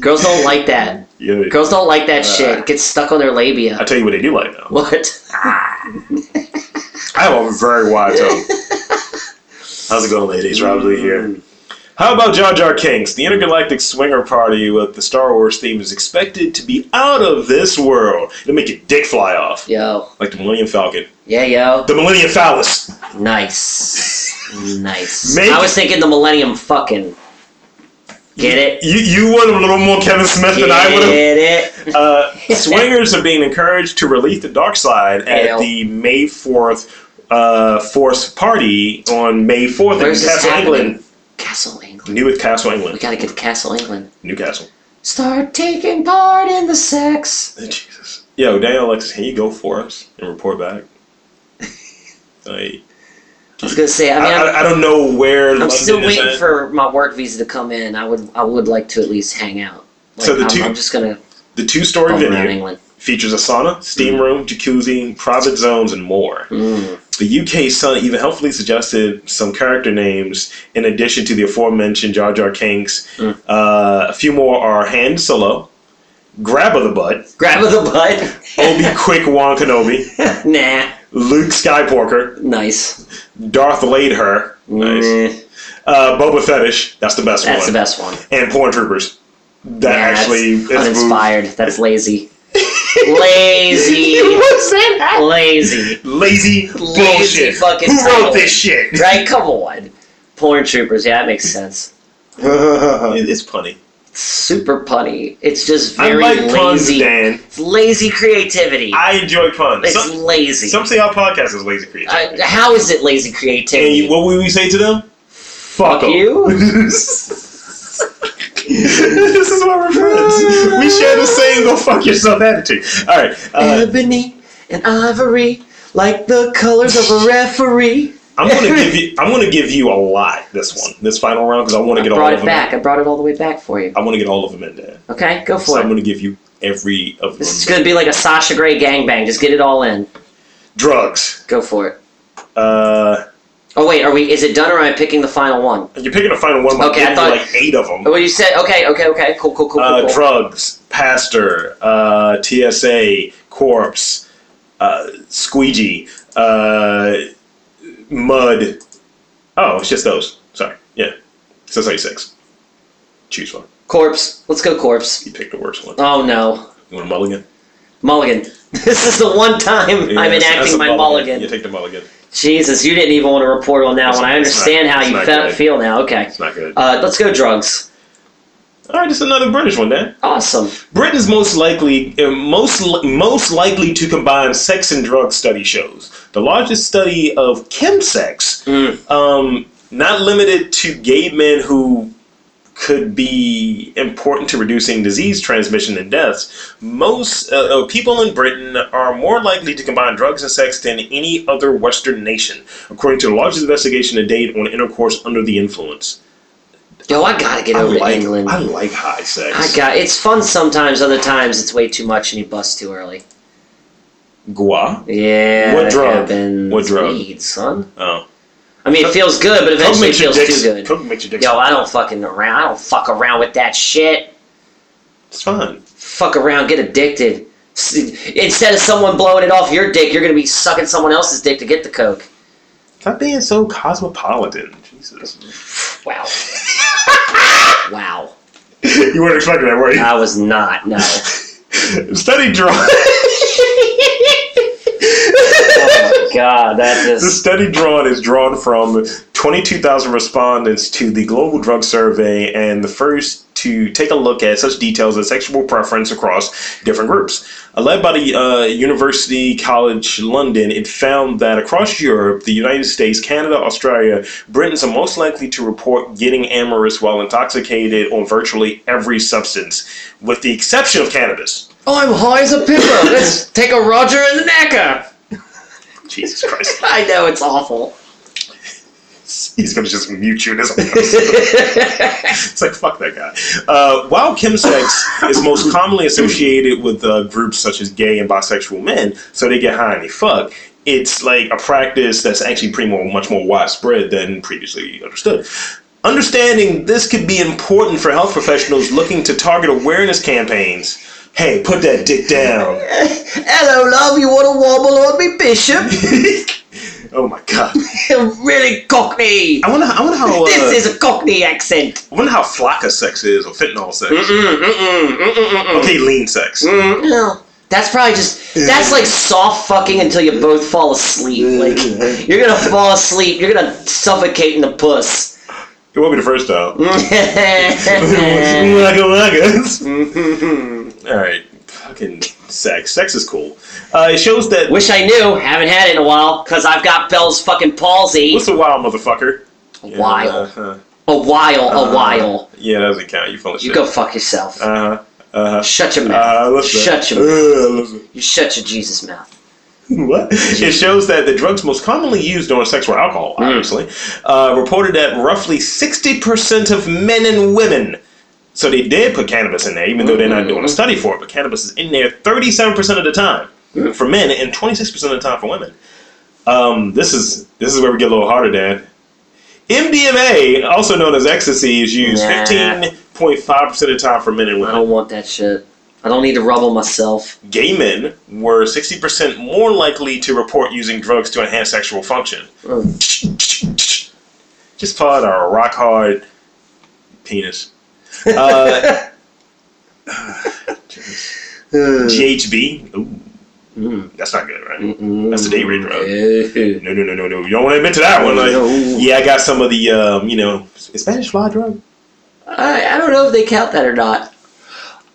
Speaker 2: Girls don't like that.
Speaker 1: Yeah.
Speaker 2: Girls don't like that
Speaker 1: Uh,
Speaker 2: shit. It gets stuck on their
Speaker 1: I
Speaker 2: labia.
Speaker 1: tell you what they do like though.
Speaker 2: What?
Speaker 1: I have a very wide toe. How's it going, ladies? Rob Lee here.
Speaker 2: Mm.
Speaker 1: How about Jar Jar Kinks? The intergalactic swinger party with the Star Wars theme is expected to be out of this world. It'll make your dick fly off.
Speaker 2: Yo.
Speaker 1: Like the Millennium Falcon.
Speaker 2: Yeah, yo.
Speaker 1: The Millennium Phallus.
Speaker 2: Nice. nice.
Speaker 1: Make-
Speaker 2: I was thinking the Millennium fucking. Get it?
Speaker 1: You, you want a little more Kevin Smith
Speaker 2: Get
Speaker 1: than I would have.
Speaker 2: it?
Speaker 1: Uh, swingers are being encouraged to release the dark side at
Speaker 2: Ew.
Speaker 1: the May 4th uh, Force Party on May 4th
Speaker 2: Where's
Speaker 1: in
Speaker 2: this
Speaker 1: Castle,
Speaker 2: happening?
Speaker 1: England.
Speaker 2: Castle England.
Speaker 1: Newcastle,
Speaker 2: We
Speaker 1: England.
Speaker 2: gotta get to Castle England.
Speaker 1: Newcastle.
Speaker 2: Start taking part in the sex.
Speaker 1: Jesus. Yo, Daniel Alexis, can you go for us and report back? like,
Speaker 2: I was gonna say, I
Speaker 1: I,
Speaker 2: mean, I,
Speaker 1: I, I don't know where
Speaker 2: am
Speaker 1: London
Speaker 2: still
Speaker 1: is
Speaker 2: waiting
Speaker 1: at.
Speaker 2: for my work visa to come in. I would, I would like to at least hang out. Like,
Speaker 1: So the
Speaker 2: I'm,
Speaker 1: two-
Speaker 2: I'm just gonna
Speaker 1: the two-story
Speaker 2: bum around
Speaker 1: venue
Speaker 2: England.
Speaker 1: features a sauna, steam room, jacuzzi, private zones, and more.
Speaker 2: Mm.
Speaker 1: The UK Sun even helpfully suggested some character names in addition to the aforementioned Jar Jar Kinks.
Speaker 2: Mm.
Speaker 1: Uh, a few more are Han Solo, Grabba the Butt,
Speaker 2: Grab of the butt.
Speaker 1: Obi Quick Wan Kenobi,
Speaker 2: nah.
Speaker 1: Luke Skywalker,
Speaker 2: Nice.
Speaker 1: Darth Laidher, nice.
Speaker 2: Nah.
Speaker 1: uh, Boba Fetish, that's the best
Speaker 2: Mm. That's
Speaker 1: one,
Speaker 2: the best one.
Speaker 1: and Porn Troopers. That
Speaker 2: Yeah, that's
Speaker 1: actually is
Speaker 2: uninspired. That's lazy. lazy. Lazy.
Speaker 1: lazy bullshit.
Speaker 2: fucking
Speaker 1: Who
Speaker 2: title.
Speaker 1: wrote this shit?
Speaker 2: Right? Come on. Porn troopers. Yeah, that makes sense.
Speaker 1: It- it's punny.
Speaker 2: Super punny. It's just
Speaker 1: I
Speaker 2: very
Speaker 1: like puns,
Speaker 2: lazy.
Speaker 1: Dan.
Speaker 2: It's lazy creativity.
Speaker 1: I enjoy puns.
Speaker 2: it's
Speaker 1: Some,
Speaker 2: lazy.
Speaker 1: some say our podcast is lazy creativity.
Speaker 2: I- how is it lazy
Speaker 1: And
Speaker 2: creativity?
Speaker 1: you- what would we say to them? Fuck
Speaker 2: Fuck
Speaker 1: 'em.
Speaker 2: you?
Speaker 1: this is why we're friends. We share the same go fuck yourself attitude. All right. Uh,
Speaker 2: Ebony and ivory, like the colors of a referee.
Speaker 1: I'm gonna give you. I'm gonna give you a lot this one, this final round, because I want to get all
Speaker 2: Brought
Speaker 1: of
Speaker 2: it
Speaker 1: them.
Speaker 2: back. I brought it all the way back for you.
Speaker 1: I want to get all of them in there.
Speaker 2: Okay, go
Speaker 1: So
Speaker 2: for
Speaker 1: I'm
Speaker 2: it.
Speaker 1: gonna give you every of them.
Speaker 2: This is gonna be like a Sasha Grey gangbang. Just get it all in.
Speaker 1: Drugs.
Speaker 2: Go for it.
Speaker 1: Uh,
Speaker 2: Oh wait, are we? Is it done or am I picking the final one?
Speaker 1: you're picking a final one. but I'm
Speaker 2: Okay, I
Speaker 1: giving you,
Speaker 2: thought-
Speaker 1: like eight of them.
Speaker 2: Well, you said okay, okay, okay. Cool, cool, cool, cool.
Speaker 1: uh,
Speaker 2: cool.
Speaker 1: drugs, pastor, uh, TSA, corpse, uh, squeegee, uh, mud. Oh, it's just those. Sorry. Yeah. So it's like six. Choose one.
Speaker 2: corpse. Let's go, corpse.
Speaker 1: You pick the worst one.
Speaker 2: Oh no,
Speaker 1: You want a mulligan?
Speaker 2: mulligan. This is the one time
Speaker 1: Yeah,
Speaker 2: I'm
Speaker 1: that's- that's
Speaker 2: enacting
Speaker 1: a
Speaker 2: my mulligan.
Speaker 1: You take the mulligan.
Speaker 2: Jesus, you didn't even want to report on that
Speaker 1: It's-
Speaker 2: one. I
Speaker 1: it's
Speaker 2: understand
Speaker 1: not-
Speaker 2: how
Speaker 1: it's
Speaker 2: you
Speaker 1: not
Speaker 2: fe-
Speaker 1: good.
Speaker 2: feel now. Okay.
Speaker 1: It's not good.
Speaker 2: Uh, let's go, drugs.
Speaker 1: All right, just another British one then.
Speaker 2: Awesome.
Speaker 1: Britain's most likely uh, most li- most likely to combine sex and drug study shows. The largest study of chemsex, um, not limited to gay men who could be important to reducing disease transmission and deaths. Most uh, uh, people in Britain are more likely to combine drugs and sex than any other Western nation, according to the largest investigation to date on intercourse under the influence.
Speaker 2: Yo, I gotta get
Speaker 1: I
Speaker 2: over to
Speaker 1: like
Speaker 2: England.
Speaker 1: I
Speaker 2: I,
Speaker 1: like high sex.
Speaker 2: got. It's fun sometimes. Other times, it's way too much and you bust too early.
Speaker 1: Gua.
Speaker 2: Yeah.
Speaker 1: What
Speaker 2: that
Speaker 1: drug?
Speaker 2: Happens.
Speaker 1: What drug?
Speaker 2: Weed, son.
Speaker 1: Oh.
Speaker 2: I mean, it feels good, but
Speaker 1: Coke
Speaker 2: eventually it
Speaker 1: makes your
Speaker 2: feels
Speaker 1: dicks.
Speaker 2: too good.
Speaker 1: Coke makes your dicks.
Speaker 2: Yo, I don't fucking around. I don't fuck around with that shit.
Speaker 1: It's fine.
Speaker 2: Fuck around, get addicted. S- Instead of someone blowing it off your dick, you're gonna be sucking someone else's dick to get the coke.
Speaker 1: Stop being so cosmopolitan. Jesus.
Speaker 2: Wow. wow.
Speaker 1: you weren't expecting that, were you?
Speaker 2: I was not. No.
Speaker 1: Study drugs.
Speaker 2: Oh my god, that
Speaker 1: The
Speaker 2: just.
Speaker 1: study drawn is drawn from 22,000 respondents to the Global Drug Survey and the first to take a look at such details as sexual preference across different groups. Uh, led by the uh, University College London, it found that across Europe, the United States, Canada, Australia, Britons are most likely to report getting amorous while intoxicated on virtually every substance, with the exception of cannabis.
Speaker 2: Oh, I'm high as a pipper. Let's take a Roger and an Acker.
Speaker 5: Jesus Christ.
Speaker 2: I know it's awful.
Speaker 5: He's going to just mute you in his own episode. It's like, fuck that guy.
Speaker 1: Uh, while chemsex is most commonly associated with uh, groups such as gay and bisexual men, so they get high and they fuck, it's like a practice that's actually pretty more, much more widespread than previously understood. Understanding this could be important for health professionals looking to target awareness campaigns. Hey, put that dick down.
Speaker 2: Hello, love. You want to wobble on me, Bishop?
Speaker 1: Oh my god.
Speaker 2: really cockney.
Speaker 1: I wonder. I wonder how. Uh,
Speaker 2: This is a cockney accent.
Speaker 1: I wonder how flocka sex is or fentanyl sex.
Speaker 2: Mm-mm.
Speaker 1: Okay, lean sex.
Speaker 2: Mm. No. That's probably just that's like soft fucking until you both fall asleep. Like you're gonna fall asleep, you're gonna suffocate in the puss.
Speaker 1: It won't be the first time.
Speaker 2: That's
Speaker 1: All right, fucking sex. Sex is cool. Uh, it shows that.
Speaker 2: Wish I knew. Haven't had it in a while, cause I've got Bell's fucking palsy.
Speaker 1: What's a wild motherfucker?
Speaker 2: A while.
Speaker 1: Yeah, uh-huh.
Speaker 2: A while, a while.
Speaker 1: Yeah, that doesn't count. You full of
Speaker 2: You
Speaker 1: shit.
Speaker 2: go fuck yourself.
Speaker 1: Uh huh. Uh huh.
Speaker 2: Shut your mouth.
Speaker 1: Uh, listen.
Speaker 2: Shut your mouth.
Speaker 1: uh, listen.
Speaker 2: You shut your Jesus mouth.
Speaker 1: What? It shows that the drugs most commonly used during sex were alcohol, obviously. Uh, reported that roughly 60% of men and women. So they did put cannabis in there, even though they're not doing a study for it. But cannabis is in there 37% of the time for men and 26% of the time for women. Um, this is this is where we get a little harder, Dan. MDMA, also known as ecstasy, is used
Speaker 2: Nah.
Speaker 1: 15.5% of the time for men and
Speaker 2: I
Speaker 1: women.
Speaker 2: don't want that shit. I don't need to rub on myself.
Speaker 1: gay men were 60% more likely to report using drugs to enhance sexual function.
Speaker 2: Oh.
Speaker 1: Just call it a rock hard penis. Uh, GHB. Ooh,
Speaker 2: Mm.
Speaker 1: that's not good, right?
Speaker 2: Mm-mm.
Speaker 1: That's the date rape drug.
Speaker 2: Ew.
Speaker 1: No, no, no, no, no. You don't want to admit to that one. Like,
Speaker 2: No.
Speaker 1: yeah, I got some of the, um, you know, is Spanish fly drug.
Speaker 2: I, I don't know if they count that or not.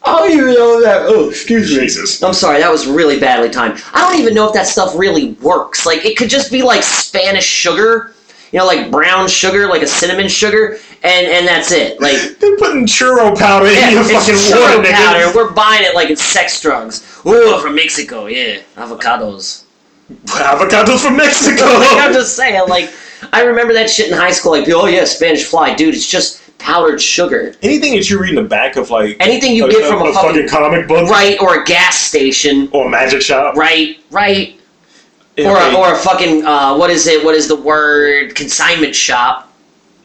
Speaker 2: I don't even know that. Oh, excuse
Speaker 1: Jesus.
Speaker 2: I'm sorry, that was really badly timed. I don't even know if that stuff really works. Like, it could just be like Spanish sugar, you know, like brown sugar, like a cinnamon sugar, and and that's it. Like,
Speaker 1: They're putting churro powder in your
Speaker 2: yeah,
Speaker 1: fucking
Speaker 2: it's
Speaker 1: water,
Speaker 2: sugar
Speaker 1: nigga.
Speaker 2: powder. We're buying it like it's sex drugs. Ooh, from Mexico, yeah, avocados.
Speaker 1: Avocados from Mexico.
Speaker 2: Like, I'm just saying, like, I remember that shit in high school. Like, oh yeah, Spanish fly, dude. It's just powdered sugar.
Speaker 1: Anything that you read in the back of like
Speaker 2: Anything you get from a, fucking,
Speaker 1: comic book
Speaker 2: right or a gas station,
Speaker 1: or a magic shop,
Speaker 2: right, right,
Speaker 1: Yeah,
Speaker 2: or
Speaker 1: right.
Speaker 2: a, or a fucking uh, what is it? What is the word? Consignment shop.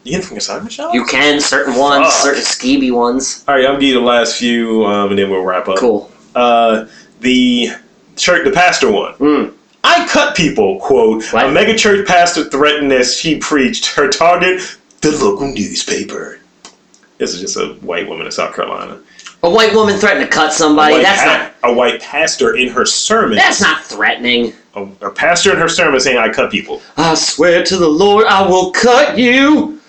Speaker 1: you get it from a comic shop.
Speaker 2: You can certain ones,
Speaker 1: Fuck.
Speaker 2: certain skeevy ones.
Speaker 1: All right, I'll give you the last few, um, and then we'll wrap up.
Speaker 2: Cool.
Speaker 1: Uh, the church, the pastor one.
Speaker 2: Mm.
Speaker 1: I cut people. Quote:
Speaker 2: What?
Speaker 1: A megachurch pastor threatened as she preached. Her target: the local newspaper. This is just a white woman in South Carolina.
Speaker 2: A white woman threatened to cut somebody.
Speaker 1: White
Speaker 2: That's
Speaker 1: pa- a
Speaker 2: not.
Speaker 1: white pastor in her sermon.
Speaker 2: That's not threatening.
Speaker 1: A, a pastor in her sermon saying, "I cut people.
Speaker 2: I swear to the Lord, I will cut you.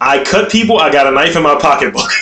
Speaker 1: I cut people. I got a knife in my pocketbook."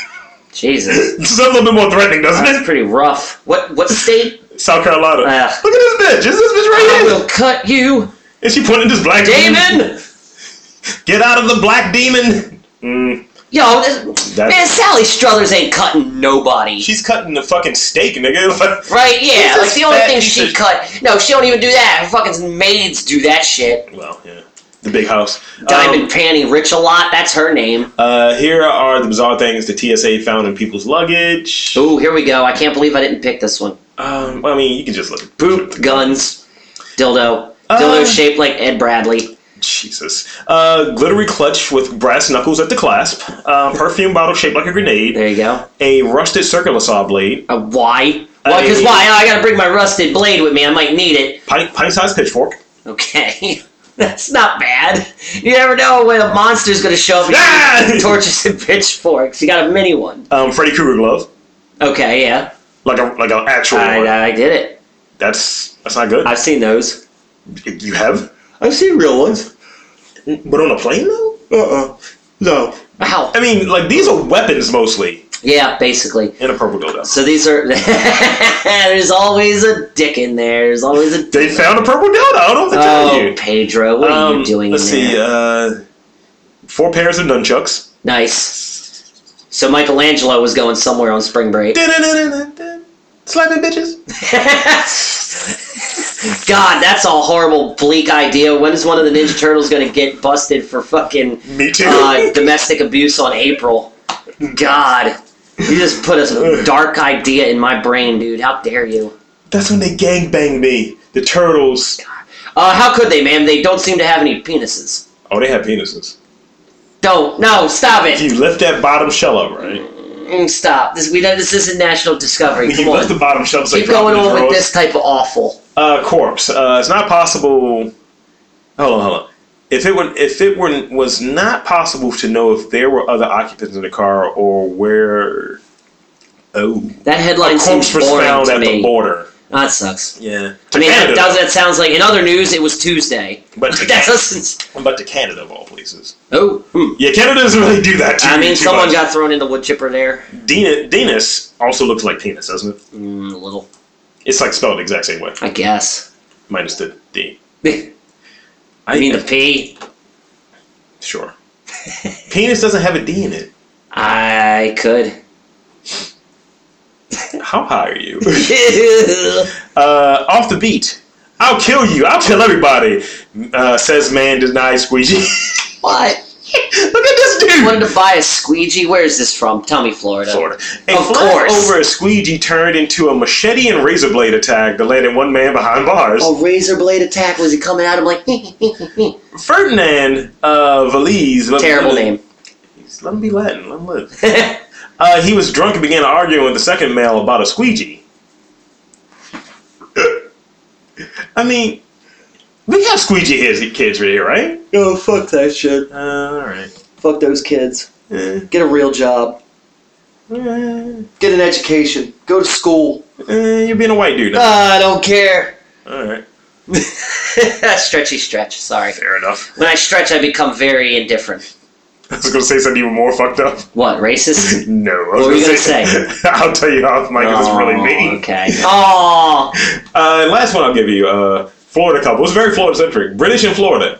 Speaker 2: Jesus,
Speaker 1: It's a little bit more threatening,
Speaker 2: that's
Speaker 1: doesn't
Speaker 2: pretty rough. What what state?
Speaker 1: it? South Carolina.
Speaker 2: Ah.
Speaker 1: Look at this bitch. Is this bitch
Speaker 2: I
Speaker 1: right here?
Speaker 2: will cut you,
Speaker 1: Is she pointing at this black demon?
Speaker 2: Damon.
Speaker 1: Get out of the black demon. Mm,
Speaker 2: Yo, this,
Speaker 1: That-
Speaker 2: man, Sally Struthers ain't cutting nobody.
Speaker 1: she's cutting the fucking steak, nigga. Like,
Speaker 2: Right, yeah.
Speaker 1: Who's
Speaker 2: Like
Speaker 1: this
Speaker 2: the only
Speaker 1: fat
Speaker 2: thing
Speaker 1: piece
Speaker 2: she
Speaker 1: of-
Speaker 2: cut. No, she don't even do that. Her fucking maids do that shit.
Speaker 1: well, yeah. The big house.
Speaker 2: Diamond
Speaker 1: Um,
Speaker 2: Panty Rich a lot. That's her name.
Speaker 1: uh, here are the bizarre things the TSA found in people's luggage.
Speaker 2: Ooh, here we go. I can't believe I didn't pick this one.
Speaker 1: Um, I mean, you can just look.
Speaker 2: Poop, guns, dildo, dildo
Speaker 1: Uh.
Speaker 2: shaped like Ed Bradley.
Speaker 1: Jesus. Uh, glittery clutch with brass knuckles at the clasp. Uh, perfume bottle shaped like a grenade.
Speaker 2: There you go.
Speaker 1: A rusted circular saw blade.
Speaker 2: Uh, why? Why? Because
Speaker 1: mean-
Speaker 2: why? Oh, I gotta bring my rusted blade with me. I might need it.
Speaker 1: Pint, pint-sized pitchfork.
Speaker 2: Okay. That's not bad. You never know when a monster's gonna show up.
Speaker 1: Ah!
Speaker 2: with Torches and pitchforks. You got a mini one.
Speaker 1: Um, Freddy Krueger glove.
Speaker 2: Okay, yeah.
Speaker 1: Like a like an actual one.
Speaker 2: I, I did it.
Speaker 1: That's that's not good.
Speaker 2: I've seen those.
Speaker 1: you have,
Speaker 2: I've seen real ones.
Speaker 1: but on a plane though. Uh uh No.
Speaker 2: Wow.
Speaker 1: I mean, like these are weapons mostly
Speaker 2: Yeah, basically.
Speaker 1: in a purple dildo.
Speaker 2: So these are. there's always a dick in there. There's always a.
Speaker 1: They found a purple dildo. I don't know what to tell
Speaker 2: Oh,
Speaker 1: you.
Speaker 2: Pedro, what are
Speaker 1: Um,
Speaker 2: you doing
Speaker 1: let's
Speaker 2: in there?
Speaker 1: see. Uh, four pairs of nunchucks.
Speaker 2: Nice. So Michelangelo was going somewhere on spring break.
Speaker 1: Dun-dun-dun-dun-dun. Slapping bitches.
Speaker 2: God, that's a horrible, bleak idea. When is one of the Ninja Turtles gonna get busted for fucking
Speaker 5: Me too.
Speaker 2: uh, domestic abuse on April? God, you just put a dark idea in my brain, dude. How dare you?
Speaker 1: That's when they gangbang me. The turtles.
Speaker 2: Uh, how could they, man? They don't seem to have any penises.
Speaker 1: Oh, they have penises.
Speaker 2: Don't. No, stop it.
Speaker 1: You lift that bottom shell up, right?
Speaker 2: Mm, stop. This we know this isn't National Discovery. Come
Speaker 1: You lift the
Speaker 2: on.
Speaker 1: bottom shell. It's like
Speaker 2: Keep going
Speaker 1: dropping
Speaker 2: on
Speaker 1: the
Speaker 2: with
Speaker 1: drawers.
Speaker 2: this type of awful.
Speaker 1: Uh, corpse. Uh, it's not possible. Hold on, hold on. If it were, if it were, was not possible to know if there were other occupants in the car or where. Oh,
Speaker 2: That headline seems
Speaker 1: corpse was
Speaker 2: boring
Speaker 1: found
Speaker 2: to
Speaker 1: at
Speaker 2: me. Ah,
Speaker 1: the border.
Speaker 2: That sucks.
Speaker 1: Yeah,
Speaker 2: I
Speaker 1: to
Speaker 2: mean,
Speaker 1: Canada,
Speaker 2: that does. That sounds like. In other news, it was Tuesday.
Speaker 1: But to,
Speaker 2: that doesn't.
Speaker 1: Canada, but to Canada of all places.
Speaker 2: Oh, hmm.
Speaker 1: Yeah, Canada doesn't really do that. To
Speaker 2: I
Speaker 1: you
Speaker 2: mean,
Speaker 1: too
Speaker 2: someone
Speaker 1: much.
Speaker 2: got thrown in the wood chipper there.
Speaker 1: Dena- Denis also looks like penis, doesn't it?
Speaker 2: Mm, a little,
Speaker 1: It's like spelled the exact same way,
Speaker 2: I guess.
Speaker 1: minus the D.
Speaker 2: I
Speaker 1: I
Speaker 2: mean, the P.
Speaker 1: Sure. Penis doesn't have a D in it.
Speaker 2: I could.
Speaker 1: How high are you?
Speaker 2: That's
Speaker 1: Uh, off the beat. I'll kill you. I'll kill everybody. Uh, says man denies squeegee.
Speaker 2: what?
Speaker 1: Look at this dude.
Speaker 2: Wanted to buy a squeegee. Where is this from? Tell me, Florida.
Speaker 1: Florida. A
Speaker 2: Of
Speaker 1: flash
Speaker 2: course.
Speaker 1: over a squeegee turned into a machete and razor blade attack that landed one man behind bars.
Speaker 2: A Oh, razor blade attack. Was he coming at him like? Terrible
Speaker 1: Ferdinand uh, Valise. let me- let me-
Speaker 2: name.
Speaker 1: Let him be Latin. Let him live.
Speaker 2: Oh,
Speaker 1: Uh, he was drunk and began arguing with the second male about a squeegee. I mean, we have squeegee heads, kids right here, right?
Speaker 2: oh fuck that shit.
Speaker 1: Uh, all right.
Speaker 2: Fuck those kids.
Speaker 1: Eh,
Speaker 2: Get a real job.
Speaker 1: eh,
Speaker 2: Get an education. Go to school.
Speaker 1: eh, you're being a white dude. now.
Speaker 2: Ah, I don't care.
Speaker 1: All right.
Speaker 2: Stretchy stretch. Sorry.
Speaker 1: Fair enough.
Speaker 2: When I stretch, I become very indifferent.
Speaker 1: I was gonna say something even more fucked up.
Speaker 2: What racist?
Speaker 1: No. I was
Speaker 2: What were you gonna
Speaker 1: say? I'll tell you off mic. if It's really
Speaker 2: Oh,
Speaker 1: mean.
Speaker 2: Okay. Oh,
Speaker 1: Uh, and last one I'll give you. Uh, Florida couple. It's very Florida centric. British in Florida.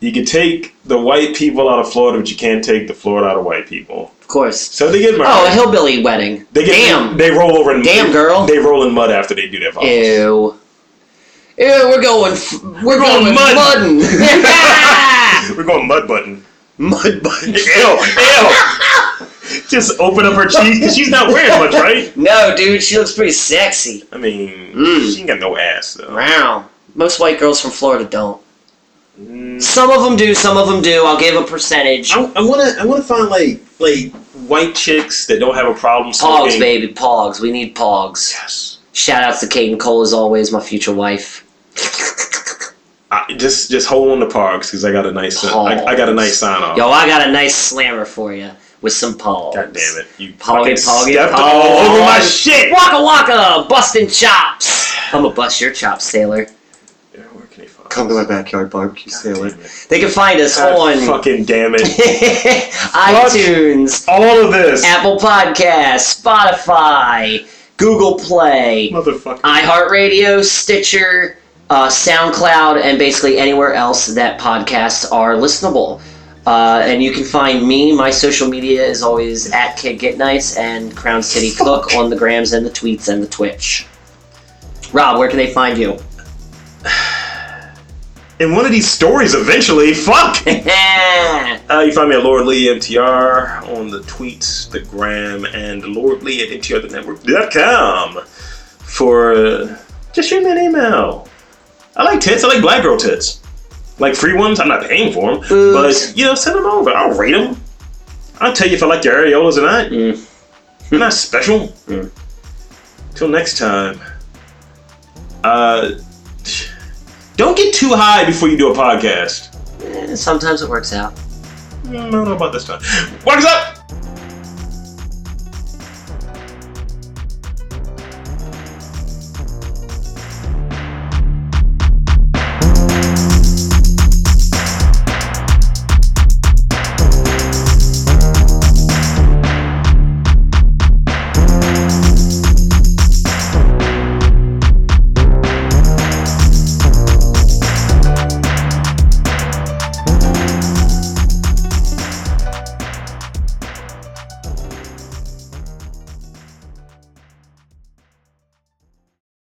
Speaker 1: You can take the white people out of Florida, but you can't take the Florida out of white people.
Speaker 2: of course.
Speaker 1: So they get married.
Speaker 2: Oh, a hillbilly wedding.
Speaker 1: they get
Speaker 2: Damn.
Speaker 1: They roll over in
Speaker 2: Damn, girl.
Speaker 1: They roll in mud after they do their vows.
Speaker 2: Ew. Ew, we're going. f- We're going,
Speaker 1: going mud.
Speaker 2: mudding.
Speaker 1: We're going mud button.
Speaker 2: mud button.
Speaker 1: Ew, ew. Just open up her cheeks. 'cause She's not wearing much, right?
Speaker 2: No, dude, she looks pretty sexy.
Speaker 1: I mean,
Speaker 2: Mm.
Speaker 1: she ain't got no ass though.
Speaker 2: Wow. Most white girls from Florida don't. Some of them do. Some of them do. I'll give a percentage.
Speaker 1: I, I wanna, I wanna find like, like white chicks that don't have a problem smoking.
Speaker 2: Pogs, baby, pogs. We need pogs.
Speaker 1: Yes.
Speaker 2: Shout outs to Kate and Cole as always, my future wife.
Speaker 1: I, just just hold on to Parks because I got a nice I, I got a nice sign off.
Speaker 2: Yo, I got a nice slammer for you with some pogs.
Speaker 1: God damn it! You
Speaker 2: Poggy,
Speaker 1: fucking
Speaker 2: poggy,
Speaker 1: stepped all
Speaker 2: pog.
Speaker 1: over my shit.
Speaker 2: Waka waka, busting chops. I'm gonna bust your chops, sailor.
Speaker 1: Yeah, where can they find
Speaker 2: Come to my backyard barbecue,
Speaker 1: us? Damn it.
Speaker 2: They can find us
Speaker 1: God
Speaker 2: on
Speaker 1: Fucking damn it!
Speaker 2: iTunes,
Speaker 1: All of this,
Speaker 2: Apple Podcasts, Spotify, Google Play,
Speaker 1: motherfucker.
Speaker 2: iHeartRadio, Stitcher, uh, SoundCloud, and basically anywhere else that podcasts are listenable. Uh, and you can find me. My social media is always at Kid Get Nice and Crown City Cook on the grams and the tweets and the Twitch. Rob, where can they find you?
Speaker 1: In one of these stories, eventually, fuck. Uh, you find me at Lord Lee MTR on the tweets, the gram, and Lord Lee at MTRthenetwork.com for uh, just shoot me an email. I like tits. I like black girl tits. Like free ones, I'm not paying for them,
Speaker 2: Boobs.
Speaker 1: but you know, send them over. I'll rate them. I'll tell you if I like your areolas or not.
Speaker 2: Mm.
Speaker 1: You're not special.
Speaker 2: Mm.
Speaker 1: Till next time. Uh, don't get too high before you do a podcast.
Speaker 2: Eh, Sometimes it works out.
Speaker 1: I don't know about this time. What is up?